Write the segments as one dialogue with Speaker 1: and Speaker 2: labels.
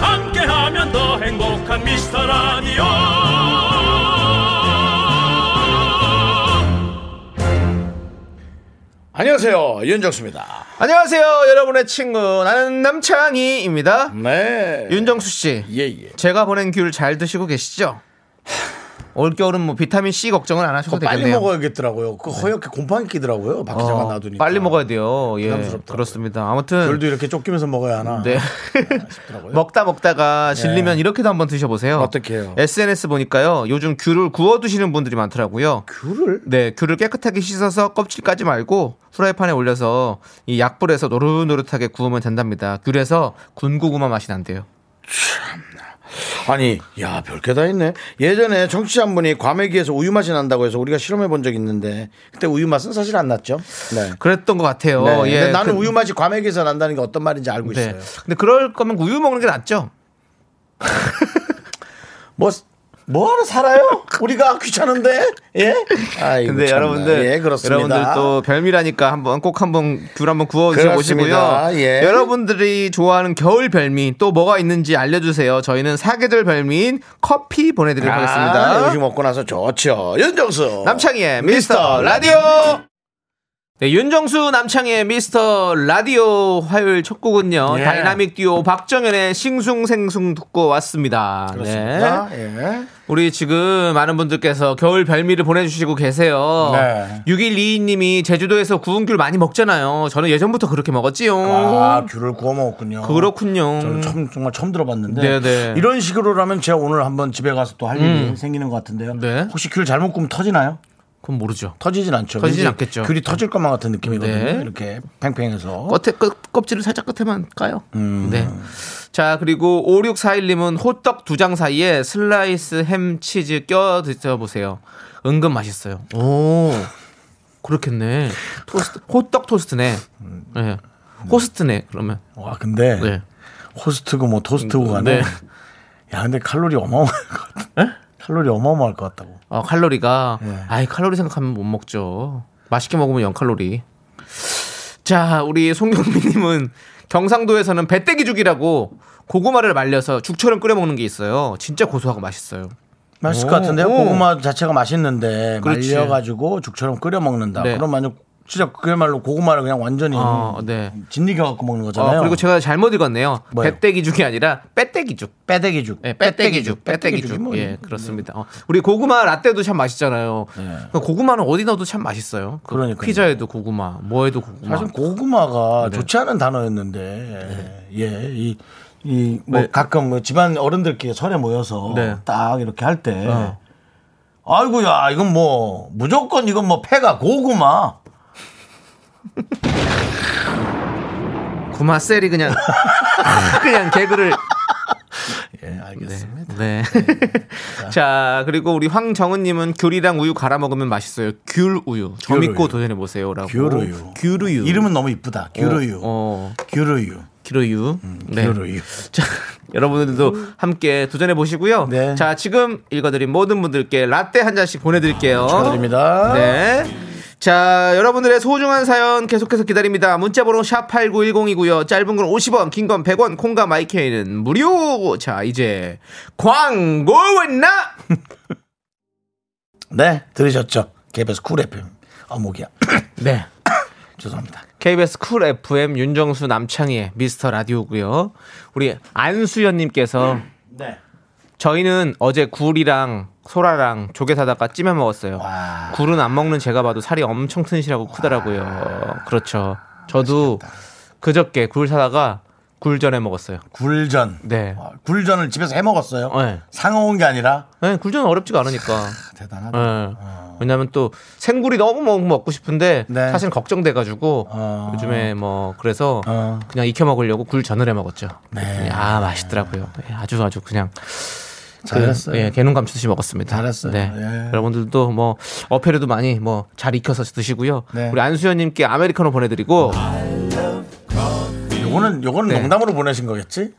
Speaker 1: 함께하면 더 행복한 미스터라디오
Speaker 2: 안녕하세요 윤정수입니다.
Speaker 3: 안녕하세요, 여러분의 친구 나는 남창희입니다.
Speaker 2: 네.
Speaker 3: 윤정수 씨,
Speaker 2: 예예.
Speaker 3: 제가 보낸 귤 잘 드시고 계시죠? 올 겨울은 뭐 비타민 C 걱정은 안 하셔도
Speaker 2: 빨리
Speaker 3: 되겠네요.
Speaker 2: 먹어야겠더라고요. 그 허옇게 곰팡이 끼더라고요. 박 기자가
Speaker 3: 어,
Speaker 2: 놔두니까.
Speaker 3: 빨리 먹어야 돼요. 예,
Speaker 2: 부담스럽더라고요.
Speaker 3: 그렇습니다. 아무튼
Speaker 2: 별도 아, 이렇게 쫓기면서 먹어야 하나.
Speaker 3: 네.
Speaker 2: 싶더라고요. 네.
Speaker 3: 먹다 먹다가 질리면 이렇게도 한번 드셔보세요.
Speaker 2: 어떻게 해요?
Speaker 3: SNS 보니까요. 요즘 귤을 구워 드시는 분들이 많더라고요.
Speaker 2: 귤을
Speaker 3: 네, 귤을 깨끗하게 씻어서 껍질 까지 말고 프라이팬에 올려서 이 약불에서 노릇노릇하게 구우면 된답니다. 귤에서 군고구마 맛이 난대요.
Speaker 2: 아니, 야, 별게 다 있네. 예전에 정치자 한 분이 과메기에서 우유 맛이 난다고 해서 우리가 실험해 본 적 있는데 그때 우유 맛은 사실 안 났죠. 네.
Speaker 3: 그랬던 것 같아요.
Speaker 2: 네. 근데
Speaker 3: 예,
Speaker 2: 나는
Speaker 3: 그-
Speaker 2: 우유 맛이 과메기에서 난다는 게 어떤 말인지 알고
Speaker 3: 네.
Speaker 2: 있어요.
Speaker 3: 근데 그럴 거면 우유 먹는 게 낫죠.
Speaker 2: 뭐, 뭐하러 살아요? 우리가 귀찮은데? 예? 아이고,
Speaker 3: 근데
Speaker 2: 참나.
Speaker 3: 여러분들,
Speaker 2: 예, 그렇습니다.
Speaker 3: 여러분들 또 별미라니까 한번 꼭 한번 귤 한번 구워 드셔 보시고요.
Speaker 2: 그렇습니다. 예.
Speaker 3: 여러분들이 좋아하는 겨울 별미 또 뭐가 있는지 알려주세요. 저희는 사계절 별미인 커피 보내드리도록
Speaker 2: 아,
Speaker 3: 하겠습니다.
Speaker 2: 음식 먹고 나서 좋죠. 윤정수.
Speaker 3: 남창희의 미스터 라디오. 네, 윤정수 남창희의 미스터 라디오 화요일 첫 곡은요.
Speaker 2: 예.
Speaker 3: 다이나믹 듀오 박정현의 싱숭생숭 듣고 왔습니다.
Speaker 2: 그렇습니다.
Speaker 3: 네.
Speaker 2: 예.
Speaker 3: 우리 지금 많은 분들께서 겨울 별미를 보내주시고 계세요.
Speaker 2: 네.
Speaker 3: 6122님이 제주도에서 구운 귤 많이 먹잖아요. 저는 예전부터 그렇게 먹었지요.
Speaker 2: 아, 귤을 구워 먹었군요.
Speaker 3: 음. 그렇군요.
Speaker 2: 저는 처음, 정말 처음 들어봤는데
Speaker 3: 네네. 음.
Speaker 2: 이런 식으로라면 제가 오늘 한번 집에 가서 또 할 일이 생기는 것 같은데요.
Speaker 3: 네.
Speaker 2: 혹시 귤 잘못 구면 터지나요?
Speaker 3: 그건 모르죠.
Speaker 2: 터지진 않죠.
Speaker 3: 터지진
Speaker 2: 왠지
Speaker 3: 않겠죠.
Speaker 2: 귤이 터질 것만 같은 느낌이거든요.
Speaker 3: 네.
Speaker 2: 이렇게 팽팽해서.
Speaker 3: 겉에 끝, 껍질을 살짝 끝에만 까요. 네. 자, 그리고 5641님은 호떡 두 장 사이에 슬라이스 햄 치즈 껴 드셔보세요. 은근 맛있어요. 오, 그렇겠네. 토스트, 호떡 토스트네. 네. 호스트네, 그러면.
Speaker 2: 와 근데
Speaker 3: 네.
Speaker 2: 호스트고 뭐 토스트고 간에
Speaker 3: 네.
Speaker 2: 야 근데 칼로리 어마어마할 것 같아. 칼로리 어마어마할 것 같다고.
Speaker 3: 어, 칼로리가 아이 칼로리 생각하면 못 먹죠. 맛있게 먹으면 0 칼로리. 자, 우리 송경민님은 경상도에서는 배때기 죽이라고 고구마를 말려서 죽처럼 끓여 먹는 게 있어요. 진짜 고소하고 맛있어요.
Speaker 2: 맛있을
Speaker 3: 오,
Speaker 2: 것 같은데요.
Speaker 3: 오.
Speaker 2: 고구마 자체가 맛있는데
Speaker 3: 그렇지.
Speaker 2: 말려가지고 죽처럼 끓여 먹는다.
Speaker 3: 네.
Speaker 2: 그럼 만약 진짜 그야말로 고구마를 그냥 완전히
Speaker 3: 어, 네.
Speaker 2: 짓니겨 갖고 먹는 거잖아요.
Speaker 3: 어, 그리고 제가 잘못 읽었네요.
Speaker 2: 뭐요?
Speaker 3: 배때기 죽이 아니라 빼떼기 죽.
Speaker 2: 빼대기죽.
Speaker 3: 예, 빼떼기 죽, 빼떼기
Speaker 2: 죽이
Speaker 3: 죽.
Speaker 2: 뭐
Speaker 3: 예, 그렇습니다. 어, 우리 고구마 라떼도 참 맛있잖아요.
Speaker 2: 예.
Speaker 3: 그 고구마는 어디 넣어도 참 맛있어요. 그
Speaker 2: 그러니까요.
Speaker 3: 피자에도 고구마, 뭐에도 고구마. 네.
Speaker 2: 사실 고구마가 좋지 않은 단어였는데 예 이 이 뭐
Speaker 3: 네.
Speaker 2: 가끔 뭐 집안 어른들끼리 설에 모여서
Speaker 3: 네.
Speaker 2: 딱 이렇게 할 때
Speaker 3: 어.
Speaker 2: 아이고야 이건 뭐 무조건 이건 뭐 폐가 고구마
Speaker 3: 구마 셀이 그냥 그냥 개그를
Speaker 2: 예 알겠습니다
Speaker 3: 네. 자, 그리고 우리 황정은 님은 귤이랑 우유 갈아 먹으면 맛있어요. 귤 우유. 점
Speaker 2: 귤
Speaker 3: 있고
Speaker 2: 우유.
Speaker 3: 도전해 보세요라고.
Speaker 2: 귤우유.
Speaker 3: 귤 우유.
Speaker 2: 이름은 너무 이쁘다 귤우유
Speaker 3: 어,
Speaker 2: 귤우유
Speaker 3: 귤우유. 네.
Speaker 2: 귤우유
Speaker 3: 자, 여러분들도 함께 도전해 보시고요.
Speaker 2: 네.
Speaker 3: 자, 지금 읽어드린 모든 분들께 라떼 한 잔씩 보내드릴게요.
Speaker 2: 축하드립니다.
Speaker 3: 네. 자, 여러분들의 소중한 사연 계속해서 기다립니다. 문자번호 샵8910이고요. 짧은 건 50원, 긴 건 100원, 콩과 마이케이는 무료. 자, 이제 광고 했나?
Speaker 2: 네 들으셨죠 KBS 쿨 FM 아 목이야
Speaker 3: 네.
Speaker 2: 죄송합니다
Speaker 3: KBS 쿨 FM 윤정수 남창희의 미스터 라디오고요. 우리 안수연님께서 네. 저희는 어제 굴이랑 소라랑 조개 사다가 찜해 먹었어요.
Speaker 2: 와.
Speaker 3: 굴은 안 먹는 제가 봐도 살이 엄청 튼실하고 크더라고요. 그렇죠. 저도 그저께 굴 사다가 굴전에 먹었어요.
Speaker 2: 굴전
Speaker 3: 네.
Speaker 2: 와, 굴전을 집에서 해 먹었어요
Speaker 3: 네.
Speaker 2: 상어온 게 아니라
Speaker 3: 네, 굴전은 어렵지가 않으니까.
Speaker 2: 대단하다
Speaker 3: 네. 왜냐하면 또 생굴이 너무 먹- 먹고 싶은데
Speaker 2: 네.
Speaker 3: 사실 걱정돼가지고
Speaker 2: 어.
Speaker 3: 요즘에 뭐 그래서
Speaker 2: 어.
Speaker 3: 그냥 익혀 먹으려고 굴 전을 해 먹었죠.
Speaker 2: 네.
Speaker 3: 아 맛있더라고요. 예, 아주 아주 그냥
Speaker 2: 잘했어요.
Speaker 3: 그, 예, 개눈 감추듯이 먹었습니다.
Speaker 2: 잘했어요.
Speaker 3: 네.
Speaker 2: 예.
Speaker 3: 여러분들도 뭐 어패류도 많이 뭐 잘 익혀서 드시고요.
Speaker 2: 네.
Speaker 3: 우리 안수현님께 아메리카노 보내드리고
Speaker 2: 요거는 요거는
Speaker 3: 그, 네.
Speaker 2: 농담으로 보내신 거겠지?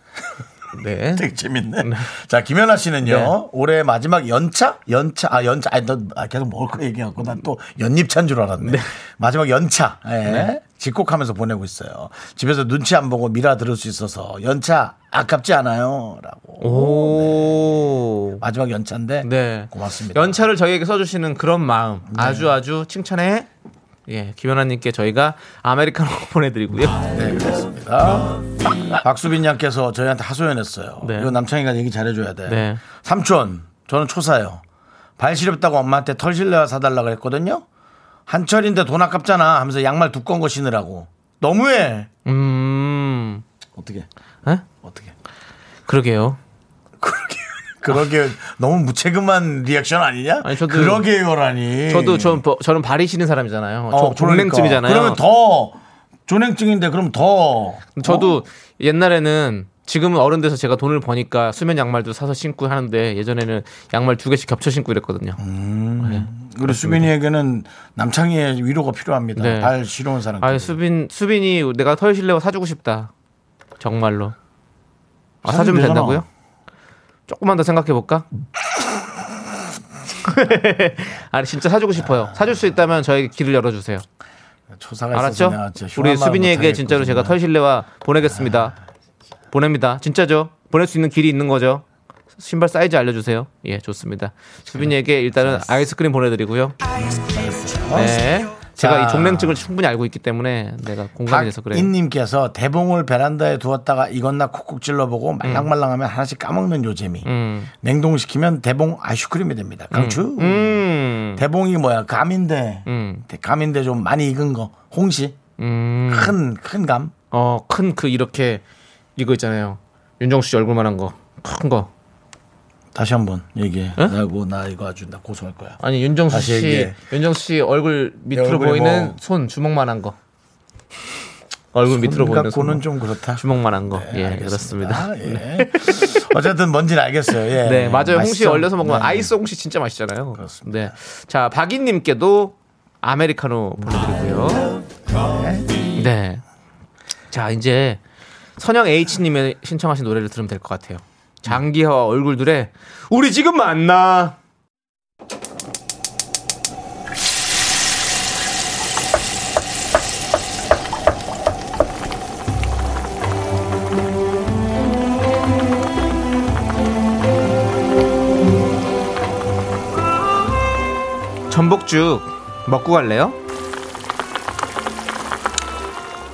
Speaker 3: 네.
Speaker 2: 되게 재밌네. 자, 김연아 씨는요.
Speaker 3: 네.
Speaker 2: 올해 마지막 연차? 연차. 아, 연차. 아니, 너 아, 계속 먹을 거 얘기하고 난 또 연잎차인 줄 알았네. 마지막 연차. 예. 집콕하면서 보내고 있어요. 집에서 눈치 안 보고 미라 들을 수 있어서 연차 아깝지 않아요. 라고.
Speaker 3: 오.
Speaker 2: 마지막 연차인데.
Speaker 3: 네.
Speaker 2: 고맙습니다.
Speaker 3: 연차를 저희에게 써주시는 그런 마음
Speaker 2: 네.
Speaker 3: 아주 아주 칭찬해. 예, 김연아님께 저희가 아메리카노 보내드리고요.
Speaker 2: 네, 그렇습니다. 박수빈 양께서 저희한테 하소연했어요.
Speaker 3: 네.
Speaker 2: 이거 남창이가 얘기 잘해줘야 돼.
Speaker 3: 네.
Speaker 2: 삼촌, 저는 초사요. 발 시렵다고 엄마한테 털 실내화 사달라 그랬거든요. 한철인데 돈 아깝잖아 하면서 양말 두꺼운 거 신으라고. 너무해.
Speaker 3: 음,
Speaker 2: 어떻게?
Speaker 3: 에?
Speaker 2: 어떻게?
Speaker 3: 그러게요.
Speaker 2: 그러게 너무 무책임한 리액션 아니냐?
Speaker 3: 아. 아니, 저도-
Speaker 2: 그러게요라니.
Speaker 3: 저도 전 버- 저는 발이 시린 사람이잖아요.
Speaker 2: 네. 어,
Speaker 3: 저 졸랭증이잖아요.
Speaker 2: 그러면 더 존행증인데 그럼 더
Speaker 3: 저도 옛날에는 지금은 어른 돼서 제가 돈을 버니까 수면 양말도 사서 신고 하는데 예전에는 양말 두 개씩 겹쳐 신고 이랬거든요.
Speaker 2: 우리 수빈이에게는 남창희의 위로가 필요합니다.
Speaker 3: 네.
Speaker 2: 발 시려운 사람.
Speaker 3: 아 수빈 수빈이 내가 털 실내화 사주고 싶다. 정말로. 아 사주면
Speaker 2: 사주면 되잖아.
Speaker 3: 된다고요? 조금만 더 생각해 볼까? 아니 진짜 사주고 싶어요. 사줄 수 있다면 저에게 길을 열어주세요.
Speaker 2: 초사가 있어서
Speaker 3: 알았죠?
Speaker 2: 내가 아, 진짜
Speaker 3: 우리
Speaker 2: 흉한 마음
Speaker 3: 수빈이에게
Speaker 2: 못하겠거든요.
Speaker 3: 진짜로 제가 털 실내화 보내겠습니다.
Speaker 2: 아,
Speaker 3: 보냅니다. 진짜죠? 보낼 수 있는 길이 있는 거죠? 신발 사이즈 알려주세요. 예, 좋습니다. 수빈이에게 일단은 아이스크림 보내드리고요. 네. 제가
Speaker 2: 자.
Speaker 3: 이 종냉증을 충분히 알고 있기 때문에 내가 공감이 돼서 그래요.
Speaker 2: 박인님께서 대봉을 베란다에 두었다가 익었나 콕콕
Speaker 3: 음.
Speaker 2: 찔러보고 말랑말랑하면 하나씩 까먹는 요재미. 냉동시키면 대봉 아이스크림이 됩니다. 강추.
Speaker 3: 음,
Speaker 2: 대봉이 뭐야? 감인데.
Speaker 3: 음.
Speaker 2: 감인데 좀 많이 익은 거. 홍시.
Speaker 3: 음,
Speaker 2: 큰, 큰 감.
Speaker 3: 어, 큰 그 이렇게 이거 있잖아요. 윤정수 씨 얼굴만한 거, 큰 거.
Speaker 2: 다시 한번 얘기해. 나 이거, 나 이거 아주 나 고소할 거야.
Speaker 3: 아니 윤정수
Speaker 2: 다시
Speaker 3: 씨,
Speaker 2: 얘기해.
Speaker 3: 윤정수 씨 얼굴 밑으로
Speaker 2: 얼굴이
Speaker 3: 보이는
Speaker 2: 뭐-
Speaker 3: 손 주먹만한 거. 얼굴 밑으로 보이는 손.
Speaker 2: 고는 좀 그렇다.
Speaker 3: 주먹만한 거.
Speaker 2: 네,
Speaker 3: 예,
Speaker 2: 알겠습니다.
Speaker 3: 그렇습니다.
Speaker 2: 아, 예. 어쨌든 뭔지는 알겠어요. 예.
Speaker 3: 네, 맞아요. 홍시
Speaker 2: 맛있죠?
Speaker 3: 얼려서 먹으면
Speaker 2: 네.
Speaker 3: 아이스 홍시 진짜 맛있잖아요.
Speaker 2: 그렇습니다.
Speaker 3: 네. 자, 박인 님께도 아메리카노 보내드리고요. 네. 자, 이제 선영 H 님의 신청하신 노래를 들으면 될 것 같아요. 장기하와 얼굴 둘의 우리 지금 만나. 전복죽 먹고 갈래요?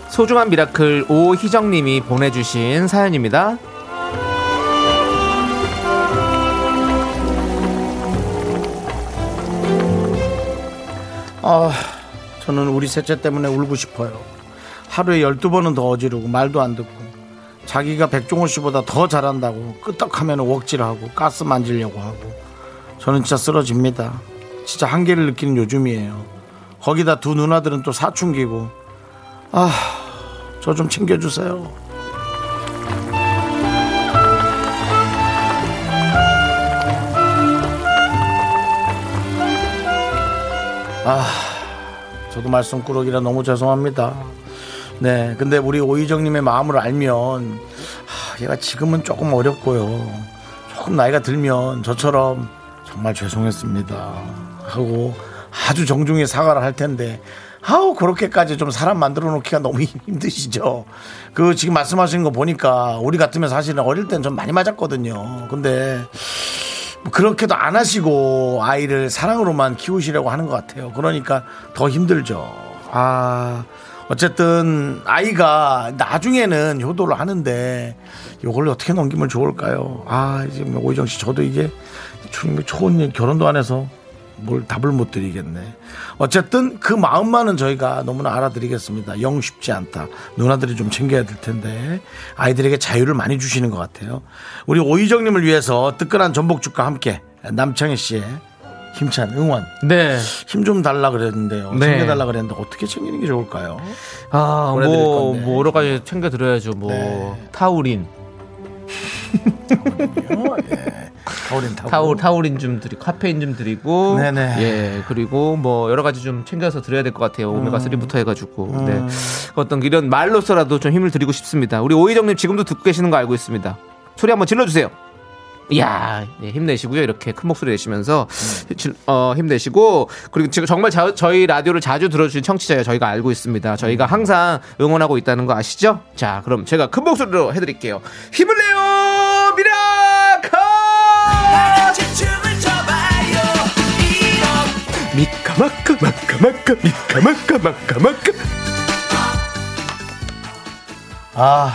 Speaker 3: 소중한 미라클 오희정님이 보내주신 사연입니다.
Speaker 2: 아, 저는 우리 셋째 때문에 울고 싶어요. 하루에 12번은 더 어지르고 말도 안 듣고 자기가 백종원 씨보다 더 잘한다고 끄떡하면 웍질하고 가스 만지려고 하고 저는 진짜 쓰러집니다. 진짜 한계를 느끼는 요즘이에요. 거기다 두 누나들은 또 사춘기고 아, 저 좀 챙겨주세요. 저도 말썽꾸러기라 너무 죄송합니다. 네, 근데 우리 오희정님의 마음을 알면 아, 얘가 지금은 조금 어렵고요. 조금 나이가 들면 저처럼 정말 죄송했습니다 하고 아주 정중히 사과를 할 텐데 아우 그렇게까지 좀 사람 만들어 놓기가 너무 힘드시죠. 그 지금 말씀하시는 거 보니까 우리 같으면 사실은 어릴 땐 좀 많이 맞았거든요. 근데 뭐 그렇게도 안 하시고 아이를 사랑으로만 키우시려고 하는 것 같아요. 그러니까 더 힘들죠. 아, 어쨌든 아이가 나중에는 효도를 하는데 요걸 어떻게 넘기면 좋을까요? 아, 이제 뭐 오희정 씨 저도 이게 충분히 좋은 일, 결혼도 안 해서 뭘 답을 못 드리겠네. 어쨌든 그 마음만은 저희가 너무나 알아드리겠습니다. 영 쉽지 않다. 누나들이 좀 챙겨야 될 텐데 아이들에게 자유를 많이 주시는 것 같아요. 우리 오희정님을 위해서 뜨끈한 전복죽과 함께 남창희 씨의 힘찬 응원
Speaker 3: 네.
Speaker 2: 힘 좀 달라 그랬는데요.
Speaker 3: 네.
Speaker 2: 챙겨달라 그랬는데 어떻게 챙기는 게 좋을까요?
Speaker 3: 아,
Speaker 2: 보내드릴
Speaker 3: 뭐,
Speaker 2: 건데.
Speaker 3: 뭐 여러 가지 챙겨 드려야죠. 뭐
Speaker 2: 네.
Speaker 3: 타우린.
Speaker 2: 예. 타오린 타고.
Speaker 3: 타올 타올인 좀 드리고 카페인 좀 드리고
Speaker 2: 네네.
Speaker 3: 예 그리고 뭐 여러 가지 좀 챙겨서 드려야 될 것 같아요 오메가 3부터 해가지고
Speaker 2: 음.
Speaker 3: 네 어떤 이런 말로서라도 좀 힘을 드리고 싶습니다 우리 오희정님 지금도 듣고 계시는 거 알고 있습니다 소리 한번 질러주세요 이야 네, 힘내시고요 이렇게 큰 목소리 내시면서
Speaker 2: 음.
Speaker 3: 질- 어, 힘내시고 그리고 지금 정말 자- 저희 라디오를 자주 들어주신 청취자예요 저희가 알고 있습니다 저희가
Speaker 2: 음.
Speaker 3: 항상 응원하고 있다는 거 아시죠 자 그럼 제가 큰 목소리로 해드릴게요 힘을 내요 미라카
Speaker 2: 아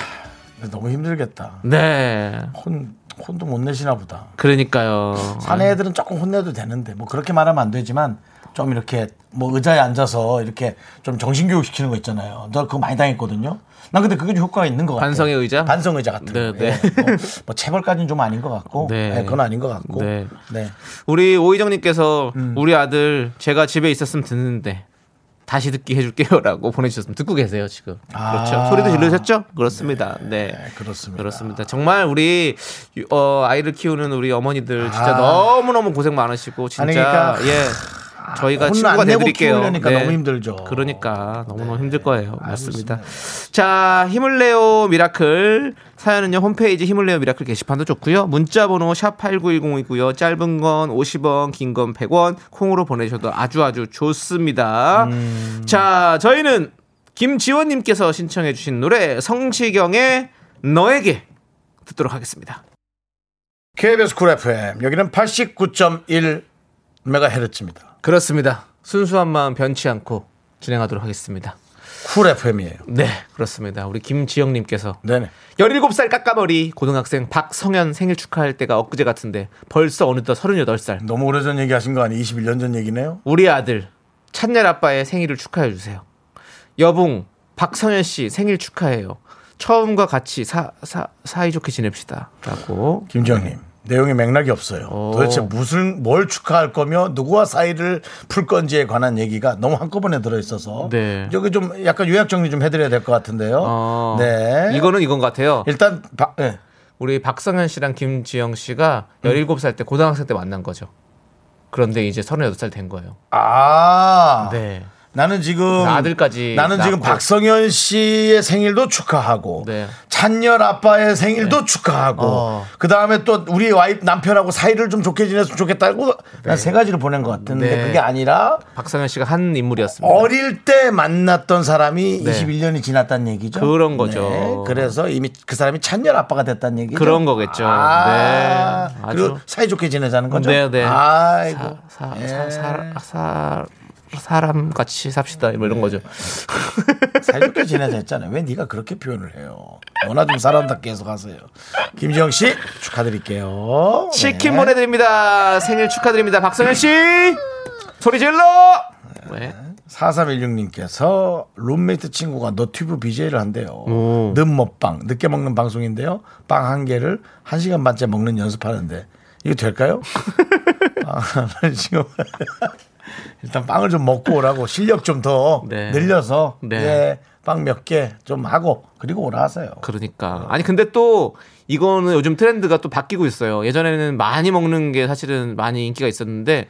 Speaker 2: 너무 힘들겠다.
Speaker 3: 네
Speaker 2: 혼 혼도 못 내시나 보다.
Speaker 3: 그러니까요
Speaker 2: 사내 애들은 조금 혼내도 되는데 뭐 그렇게 말하면 안 되지만 좀 이렇게 뭐 의자에 앉아서 이렇게 좀 정신교육 시키는 거 있잖아요. 나 그거 많이 당했거든요. 난 근데 그게 좀 효과가 있는 것 같아요.
Speaker 3: 반성의 의자?
Speaker 2: 반성 의자 같은 거.
Speaker 3: 네, 네.
Speaker 2: 예. 뭐, 뭐 체벌까지는 좀 아닌 것 같고.
Speaker 3: 네.
Speaker 2: 네. 그건 아닌 것 같고.
Speaker 3: 네.
Speaker 2: 네.
Speaker 3: 우리 오희정님께서
Speaker 2: 음.
Speaker 3: 우리 아들 제가 집에 있었으면 듣는데 다시 듣기 해줄게요라고 보내주셨으면 듣고 계세요 지금
Speaker 2: 아.
Speaker 3: 그렇죠 소리도 질르셨죠 그렇습니다 네,
Speaker 2: 네, 그렇습니다.
Speaker 3: 그렇습니다 정말 우리 유- 어, 아이를 키우는 우리 어머니들 진짜
Speaker 2: 아.
Speaker 3: 너무 너무 고생 많으시고 진짜
Speaker 2: 아니, 그러니까
Speaker 3: 예 저희가
Speaker 2: 혼을
Speaker 3: 친구가
Speaker 2: 안 내고
Speaker 3: 돼드릴게요 네.
Speaker 2: 키우려니까 너무 힘들죠.
Speaker 3: 그러니까 너무너무 힘들 거예요 맞습니다 자 힘을 내요 미라클 사연은요 홈페이지 힘을 내요 미라클 게시판도 좋고요 문자번호 샵 8910이고요 짧은 건 50원 긴 건 100원 콩으로 보내셔도 아주 아주 좋습니다 음. 자 저희는 김지원님께서 신청해 주신 노래 성시경의 너에게 듣도록 하겠습니다
Speaker 2: KBS 쿨 FM 여기는 89.1 메가헤르츠입니다.
Speaker 3: 그렇습니다 순수한 마음 변치 않고 진행하도록 하겠습니다
Speaker 2: 쿨 FM이에요.
Speaker 3: 네 그렇습니다 우리 김지영님께서
Speaker 2: 네네.
Speaker 3: 17살 깎아머리 고등학생 박성현 생일 축하할 때가 엊그제 같은데 벌써 어느덧 38살
Speaker 2: 너무 오래전 얘기하신 거 아니에요? 21년 전 얘기네요.
Speaker 3: 우리 아들 찬열 아빠의 생일을 축하해 주세요 여봉 박성현 씨 생일 축하해요 처음과 같이 사, 사, 사이좋게 지냅시다 라고
Speaker 2: 김지영님 내용이 맥락이 없어요.
Speaker 3: 오.
Speaker 2: 도대체 무슨 뭘 축하할 거며 누구와 사이를 풀 건지에 관한 얘기가 너무 한꺼번에 들어 있어서
Speaker 3: 네.
Speaker 2: 여기 좀 약간 요약 정리 좀 해드려야 될 것 같은데요.
Speaker 3: 어,
Speaker 2: 네.
Speaker 3: 이거는 이건 것 같아요
Speaker 2: 일단 바, 예.
Speaker 3: 우리 박성현 씨랑 김지영 씨가 17살 때 고등학생 때 만난 거죠 그런데 이제 38살 된 거예요
Speaker 2: 아
Speaker 3: 네
Speaker 2: 나는 지금
Speaker 3: 아들까지
Speaker 2: 나는 지금
Speaker 3: 낳고.
Speaker 2: 박성현 씨의 생일도 축하하고
Speaker 3: 네.
Speaker 2: 찬열 아빠의 생일도 축하하고
Speaker 3: 어.
Speaker 2: 그 다음에 또 우리 와이프 남편하고 사이를 좀 좋게 지냈으면 좋겠다고 난 세 가지를 보낸 것 같은데
Speaker 3: 네.
Speaker 2: 그게 아니라
Speaker 3: 박성현 씨가 한 인물이었습니다
Speaker 2: 어릴 때 만났던 사람이
Speaker 3: 네.
Speaker 2: 21년이 지났다는 얘기죠. 네.
Speaker 3: 그런 거죠.
Speaker 2: 그래서 이미 그 사람이 찬열 아빠가 됐다는 얘기죠.
Speaker 3: 그런 거겠죠.
Speaker 2: 아,
Speaker 3: 네.
Speaker 2: 그리고
Speaker 3: 아주.
Speaker 2: 사이좋게 지내자는 거죠.
Speaker 3: 네, 네.
Speaker 2: 아이고.
Speaker 3: 사,
Speaker 2: 예.
Speaker 3: 사, 사, 사, 사람 같이 삽시다 뭐
Speaker 2: 네.
Speaker 3: 이런 거죠.
Speaker 2: 사이좋게 지내자 했잖아요. 왜 네가 그렇게 표현을 해요? 너나 좀 사람답게 해서 가세요. 김지영 씨 축하드릴게요. 네.
Speaker 3: 치킨 보내드립니다. 생일 축하드립니다. 박성현 씨 소리 질러. 네.
Speaker 2: 4316님께서 룸메이트 친구가 너튜브 BJ를 한대요. 늦먹방, 늦게 먹는 방송인데요. 빵 한 개를 한시간 반째 먹는 연습하는데 이거 될까요? 아, 지금 일단 빵을 좀 먹고 오라고 실력 좀 더
Speaker 3: 네.
Speaker 2: 늘려서
Speaker 3: 네.
Speaker 2: 예, 빵 몇 개 좀 하고 그리고 오라 하세요.
Speaker 3: 그러니까 아니 근데 또 이거는 요즘 트렌드가 또 바뀌고 있어요. 예전에는 많이 먹는 게 사실은 많이 인기가 있었는데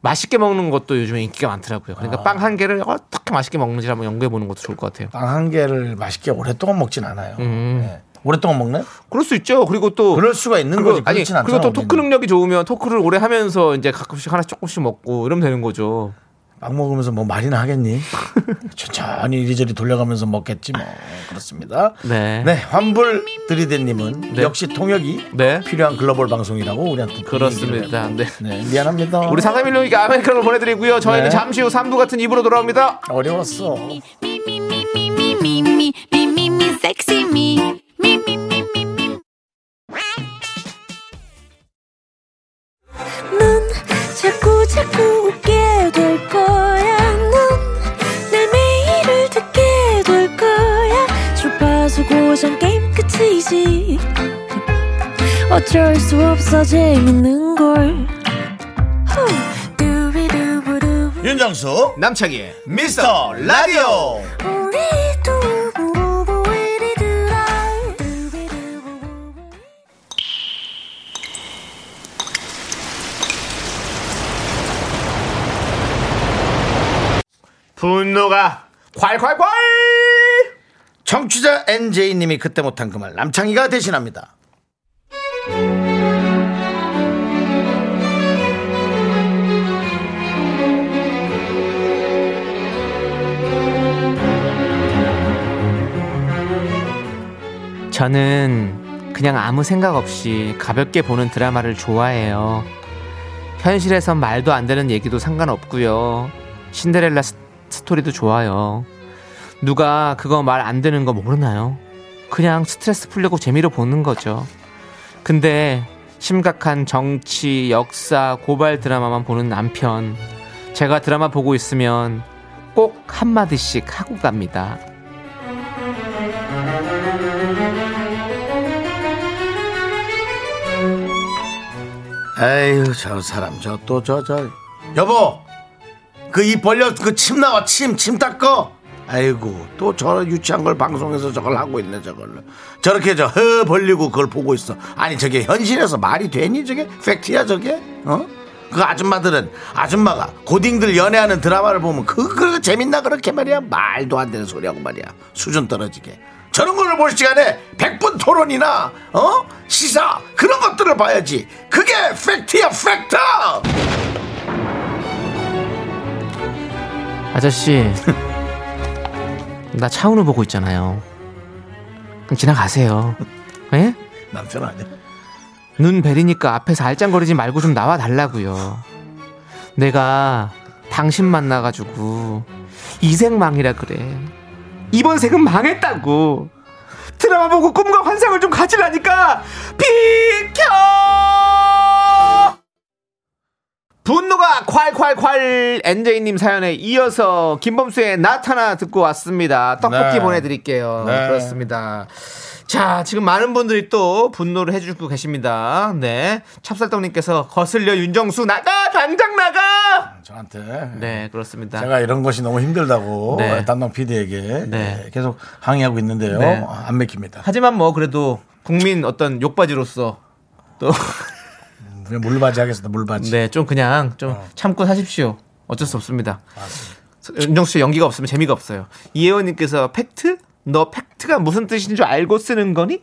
Speaker 3: 맛있게 먹는 것도 요즘에 인기가 많더라고요.
Speaker 2: 아.
Speaker 3: 그러니까 빵 한 개를 어떻게 맛있게 먹는지 한번 연구해 보는 것도 좋을 것 같아요.
Speaker 2: 빵 한 개를 맛있게 오랫동안 먹진 않아요. 예. 오랫동안 먹나요?
Speaker 3: 그럴 수 있죠. 그리고 또
Speaker 2: 그럴 수가 있는
Speaker 3: 음. 어. 그리고,
Speaker 2: 거지.
Speaker 3: 아니
Speaker 2: 그렇진 않잖아.
Speaker 3: 그리고 또
Speaker 2: 우리는.
Speaker 3: 토크 능력이 좋으면 토크를 오래 하면서 이제 가끔씩 하나 조금씩 먹고 이러면 되는 거죠.
Speaker 2: 빵 먹으면서 뭐 말이나 하겠니? 천천히 이리저리 돌려가면서 먹겠지 뭐 그렇습니다.
Speaker 3: 네.
Speaker 2: 환불 드리대님은
Speaker 3: 네.
Speaker 2: 역시 통역이
Speaker 3: 네.
Speaker 2: 필요한 글로벌 방송이라고 우리한테
Speaker 3: 그렇습니다.
Speaker 2: 얘기를
Speaker 3: 네.
Speaker 2: 해요. 네, 미안합니다.
Speaker 3: 우리 상담일로에게 아메리카노 보내드리고요. 저희는
Speaker 2: 네.
Speaker 3: 잠시 후 3부 같은 입으로 돌아옵니다.
Speaker 2: 어려웠어.
Speaker 4: 미미미미미미미미미 섹시 미 미미미미미 넌 자꾸 자꾸 웃게 될 거야 넌내 매일을 듣게 될 거야 주파수 고정 게임 끝이지 어쩔 수 없어 재밌는 걸 후. 두비두부두부.
Speaker 2: 윤정수
Speaker 3: 남창희의
Speaker 2: 미스터 라디오.
Speaker 4: 우리 두부부부 우리
Speaker 2: 네.
Speaker 4: 두라. 두비두부부부.
Speaker 5: 분노가 콸콸콸!
Speaker 2: 청취자 NJ님이 그때 못한 그 말 남창희가 대신합니다.
Speaker 3: 저는 그냥 아무 생각 없이 가볍게 보는 드라마를 좋아해요. 현실에선 말도 안 되는 얘기도 상관없고요. 신데렐라 스- 스토리도 좋아요. 누가 그거 말 안 되는 거 모르나요? 그냥 스트레스 풀려고 재미로 보는 거죠. 근데 심각한 정치, 역사, 고발 드라마만 보는 남편. 제가 드라마 보고 있으면 꼭 한마디씩 하고 갑니다.
Speaker 2: 에휴 저 사람 저 또 저 저 여보 그 입 벌려 그 침 나와 침 침 닦어 아이고 또 저런 유치한 걸 방송에서 저걸 하고 있네 저걸 저렇게 저 허 벌리고 그걸 보고 있어 아니 저게 현실에서 말이 되니 저게 팩트야 저게 어그 아줌마들은 아줌마가 고딩들 연애하는 드라마를 보면 그, 그 재밌나 그렇게 말이야 말도 안 되는 소리하고 말이야 수준 떨어지게 저런 거를 볼 시간에 백분 토론이나 어 시사 그런 것들을 봐야지 그게 팩트야 팩트
Speaker 3: 아저씨, 나 차은우 보고 있잖아요. 그럼 지나가세요. 예?
Speaker 2: 남편 아니야
Speaker 3: 눈 베리니까 앞에서 알짱거리지 말고 좀 나와 달라고요. 내가 당신 만나가지고 이생망이라 그래. 이번 생은 망했다고. 드라마 보고 꿈과 환상을 좀 가지라니까 비켜. 분노가 콸콸콸 NJ님 사연에 이어서 김범수의 나타나 듣고 왔습니다. 떡볶이
Speaker 2: 네.
Speaker 3: 보내드릴게요.
Speaker 2: 네.
Speaker 3: 그렇습니다. 자, 지금 많은 분들이 또 분노를 해주고 계십니다. 네. 찹쌀떡님께서 거슬려 윤정수 나가! 당장 나가!
Speaker 2: 저한테
Speaker 3: 네, 그렇습니다.
Speaker 2: 아. 제가 이런 것이 너무 힘들다고
Speaker 3: 네.
Speaker 2: 담당 PD에게
Speaker 3: 네.
Speaker 2: 계속 항의하고 있는데요.
Speaker 3: 네.
Speaker 2: 아, 안 맥힙니다.
Speaker 3: 하지만 뭐 그래도 국민 어떤 욕받이로서 또,
Speaker 2: 그냥 물바지 하겠습니다. 물바지.
Speaker 3: 네, 좀 그냥 좀 참고 사십시오. 어쩔 수 없습니다. 윤정수 씨 연기가 없으면 재미가 없어요. 이혜원님께서 팩트? 너 팩트가 무슨 뜻인 줄 알고 쓰는 거니?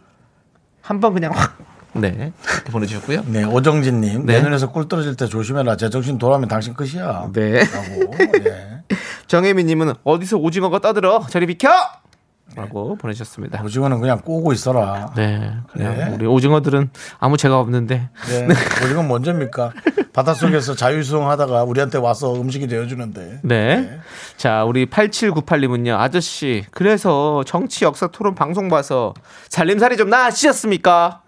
Speaker 3: 한번 그냥 확. 네. 이렇게 보내주셨고요.
Speaker 2: 네, 오정진님
Speaker 3: 네.
Speaker 2: 내 눈에서 꿀 떨어질 때 조심해라. 제 정신 돌아오면 당신 끝이야.
Speaker 3: 네.
Speaker 2: 라고. 네.
Speaker 3: 정혜미님은 어디서 오징어가 떠들어 저리 비켜! 라고 보내셨습니다.
Speaker 2: 오징어는 그냥 꼬고 있어라. 네.
Speaker 3: 네, 그냥
Speaker 2: 네.
Speaker 3: 우리 오징어들은 아무 죄가 없는데
Speaker 2: 오징어 먼저입니까? 바닷속에서 자유수영하다가 우리한테 와서 음식이 되어주는데.
Speaker 3: 네. 자, 우리 8798님은요. 아저씨, 그래서 정치 역사 토론 방송 봐서 살림살이 좀 나아지셨습니까?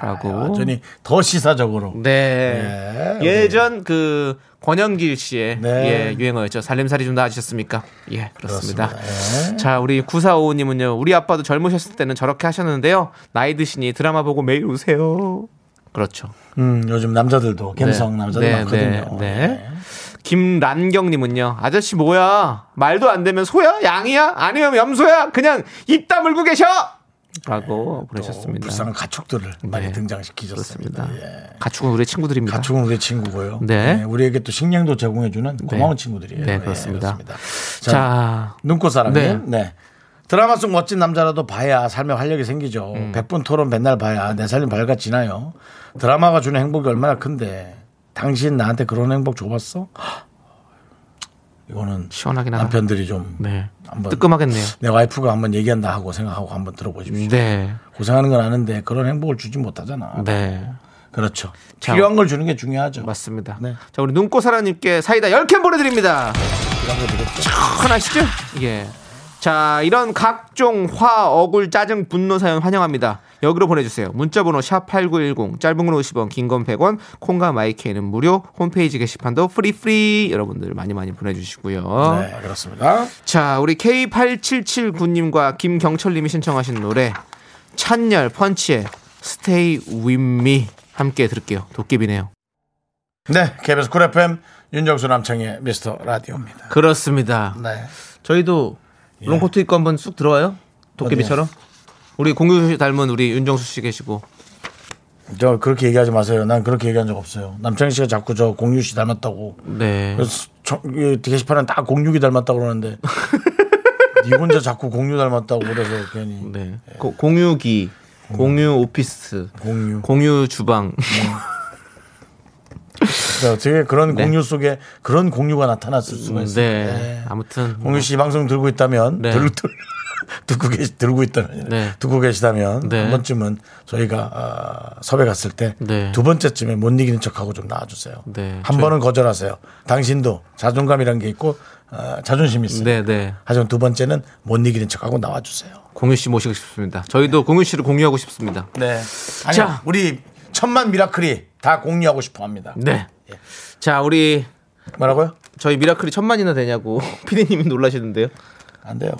Speaker 3: 라고.
Speaker 2: 완전히 더 시사적으로.
Speaker 3: 네.
Speaker 2: 네,
Speaker 3: 예전 그 권영길 씨의
Speaker 2: 네.
Speaker 3: 예, 유행어였죠. 살림살이 좀 나아지셨습니까? 예, 그렇습니다.
Speaker 2: 그렇습니다. 예.
Speaker 3: 자, 우리 9455님은요. 우리 아빠도 젊으셨을 때는 저렇게 하셨는데요. 나이 드시니 드라마 보고 매일 우세요. 그렇죠.
Speaker 2: 음, 요즘 남자들도 갬성 남자들
Speaker 3: 네,
Speaker 2: 많거든요.
Speaker 3: 네, 네. 김란경님은요. 아저씨 뭐야? 말도 안 되면 소야? 양이야? 아니면 염소야? 그냥 입 다물고 계셔! 라고 보내셨습니다.
Speaker 2: 네, 불쌍한 가축들을 많이
Speaker 3: 네.
Speaker 2: 등장시키셨습니다.
Speaker 3: 그렇습니다.
Speaker 2: 예.
Speaker 3: 가축은 우리 친구들입니다.
Speaker 2: 가축은 우리 친구고요.
Speaker 3: 아, 네.
Speaker 2: 우리에게 또 식량도 제공해주는 고마운 친구들이에요.
Speaker 3: 네,
Speaker 2: 예,
Speaker 3: 그렇습니다.
Speaker 2: 자,
Speaker 3: 자,
Speaker 2: 눈꽃사랑님. 네. 드라마 속 멋진 남자라도 봐야 삶에 활력이 생기죠.
Speaker 3: 음.
Speaker 2: 백 100분 토론 맨날 봐야 내 삶이 밝아지나요? 드라마가 주는 행복이 얼마나 큰데 당신 나한테 그런 행복 줘봤어? 이거는
Speaker 3: 시원하긴 하다.
Speaker 2: 남편들이 좀
Speaker 3: 네.
Speaker 2: 한번
Speaker 3: 뜨끔하겠네요.
Speaker 2: 내 와이프가 한번 얘기한다 하고 생각하고 한번 들어보십시오.
Speaker 3: 네.
Speaker 2: 고생하는 건 아는데 그런 행복을 주지 못하잖아.
Speaker 3: 네.
Speaker 2: 그렇죠.
Speaker 3: 자,
Speaker 2: 필요한 걸 주는 게 중요하죠.
Speaker 3: 맞습니다.
Speaker 2: 네.
Speaker 3: 자, 우리 눈꽃사랑님께 사이다 10캔 보내드립니다. 편하시죠? 예. 자, 이런 각종 화, 억울, 짜증, 분노 사연 환영합니다. 여기로 보내주세요. 문자번호 샵8910, 짧은 건 50원, 긴 건 100원, 콩과 마이케이는 무료, 홈페이지 게시판도 프리프리 여러분들 많이 많이 보내주시고요.
Speaker 2: 네, 그렇습니다.
Speaker 3: 자, 우리 K8779님과 김경철님이 신청하신 노래 찬열 펀치의 Stay With Me 함께 들을게요. 도깨비네요.
Speaker 2: 네, KBS 쿨 FM 윤정수 남창의 미스터 라디오입니다.
Speaker 3: 그렇습니다.
Speaker 2: 네,
Speaker 3: 저희도 롱코트 입고 한번 쑥 예. 들어와요. 도깨비처럼. 우리 공유 씨 닮은 우리 윤정수 씨 계시고.
Speaker 2: 저 그렇게 얘기하지 마세요. 난 그렇게 얘기한 적 없어요. 남창희 씨가 자꾸 저 공유 씨 닮았다고.
Speaker 3: 네.
Speaker 2: 그래서
Speaker 6: 저- 이 게시판은 다 공육이 닮았다고 그러는데 니 혼자 자꾸 공유 닮았다고 그래서 괜히
Speaker 3: 네. 고- 공유기, 공유 오피스,
Speaker 6: 공유.
Speaker 3: 공유 주방.
Speaker 6: 그러니까 되게 그런
Speaker 3: 네.
Speaker 6: 공유 속에 그런 공유가 나타났을 수가 있어요.
Speaker 3: 네. 아무튼 뭐,
Speaker 6: 공유 씨 방송 들고 있다면
Speaker 3: 네.
Speaker 6: 들, 들, 듣고 계시 들고 있다면
Speaker 3: 네.
Speaker 6: 듣고 계시다면
Speaker 3: 네.
Speaker 6: 한 번쯤은 저희가 아, 섭외 갔을 때 두
Speaker 3: 네.
Speaker 6: 번째쯤에 못 이기는 척하고 좀 나와주세요.
Speaker 3: 네.
Speaker 6: 한
Speaker 3: 저희-
Speaker 6: 번은 거절하세요. 당신도 자존감이란 게 있고 아, 자존심이 있어요.
Speaker 3: 네, 네.
Speaker 6: 하지만 두 번째는 못 이기는 척하고 나와주세요.
Speaker 3: 공유 씨 모시고 싶습니다. 저희도 공유 씨를 공유하고 싶습니다.
Speaker 6: 네. 아니
Speaker 3: 자.
Speaker 6: 우리 천만 미라클이 다 공유하고 싶어합니다.
Speaker 3: 네. 자, 우리
Speaker 6: 뭐라고요?
Speaker 3: 저희 미라클이 천만이나 되냐고 피디님이 놀라시는데요.
Speaker 6: 안 돼요.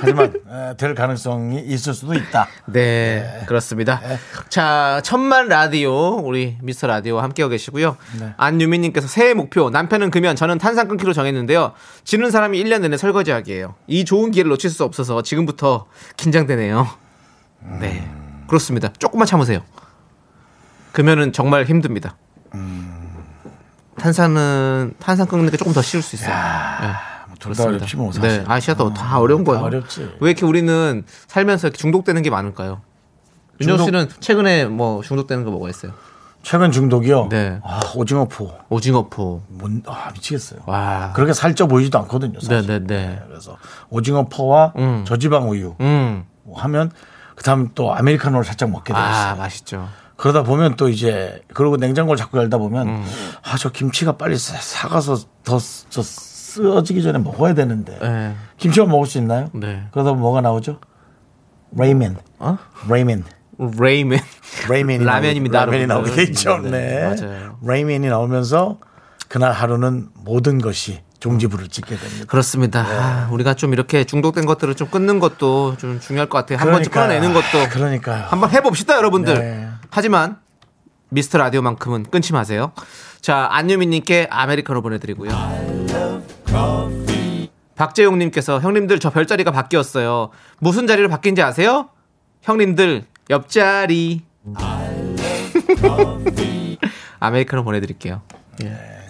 Speaker 6: 하지만 에, 될 가능성이 있을 수도 있다.
Speaker 3: 네, 그렇습니다. 자, 천만 라디오, 우리 미스터 라디오와 함께하고 계시고요. 안유미님께서 새해 목표, 남편은 금연, 저는 탄산 끊기로 정했는데요. 지는 사람이 1년 내내 설거지하기예요. 이 좋은 기회를 놓칠 수 없어서 지금부터 긴장되네요. 네, 그렇습니다. 조금만 참으세요. 금연은 정말 힘듭니다. 음. 탄산은 탄산 끊는 게 조금 더 쉬울 수 있어요.
Speaker 6: 둘 다 어렵지 뭐 사실.
Speaker 3: 네, 아시아도 다 어려운 거예요.
Speaker 6: 어렵지.
Speaker 3: 왜 이렇게 우리는 살면서 이렇게 중독되는 게 많을까요? 윤정
Speaker 6: 중독-
Speaker 3: 씨는 최근에 뭐 중독되는 거 뭐가 있어요?
Speaker 6: 최근 중독이요.
Speaker 3: 네.
Speaker 6: 아, 오징어포.
Speaker 3: 오징어포.
Speaker 6: 뭔, 아, 미치겠어요.
Speaker 3: 와.
Speaker 6: 그렇게 살쪄 보이지도 않거든요. 사실.
Speaker 3: 네네네.
Speaker 6: 그래서 오징어포와 저지방 우유 뭐
Speaker 3: 음.
Speaker 6: 하면 그다음 또 아메리카노를 살짝 먹게 돼요.
Speaker 3: 아 맛있죠.
Speaker 6: 그러다 보면 또 이제 그리고 냉장고를 자꾸 열다 보면
Speaker 3: 음.
Speaker 6: 아 저 김치가 빨리 사- 사가서 더 쓰- 저 쓰어지기 전에 먹어야 되는데
Speaker 3: 네.
Speaker 6: 김치만 먹을 수 있나요?
Speaker 3: 네.
Speaker 6: 그러다 보면 뭐가 나오죠? 레이맨,
Speaker 3: 어?
Speaker 6: 레이맨,
Speaker 3: 레이맨.
Speaker 6: 레이맨이
Speaker 3: 라면입니다,
Speaker 6: 나오게, 라면이
Speaker 3: 여러분들.
Speaker 6: 나오게 있죠.
Speaker 3: 네,
Speaker 6: 네,
Speaker 3: 맞아요.
Speaker 6: 레이맨이 나오면서 그날 하루는 모든 것이 종지부를 찍게 됩니다.
Speaker 3: 그렇습니다.
Speaker 6: 네.
Speaker 3: 아, 우리가 좀 이렇게 중독된 것들을 좀 끊는 것도 좀 중요할 것 같아요. 한 번쯤
Speaker 6: 그러니까요.
Speaker 3: 끊어내는 것도
Speaker 6: 그러니까요.
Speaker 3: 네. 한번 해봅시다, 여러분들.
Speaker 6: 네.
Speaker 3: 하지만 미스터 라디오만큼은 끊지 마세요. 자, 안유미님께 아메리카노 보내드리고요. 박재용님께서 형님들 저 별자리가 바뀌었어요. 무슨 자리로 바뀐지 아세요? 형님들 옆자리. 아메리카노 보내드릴게요.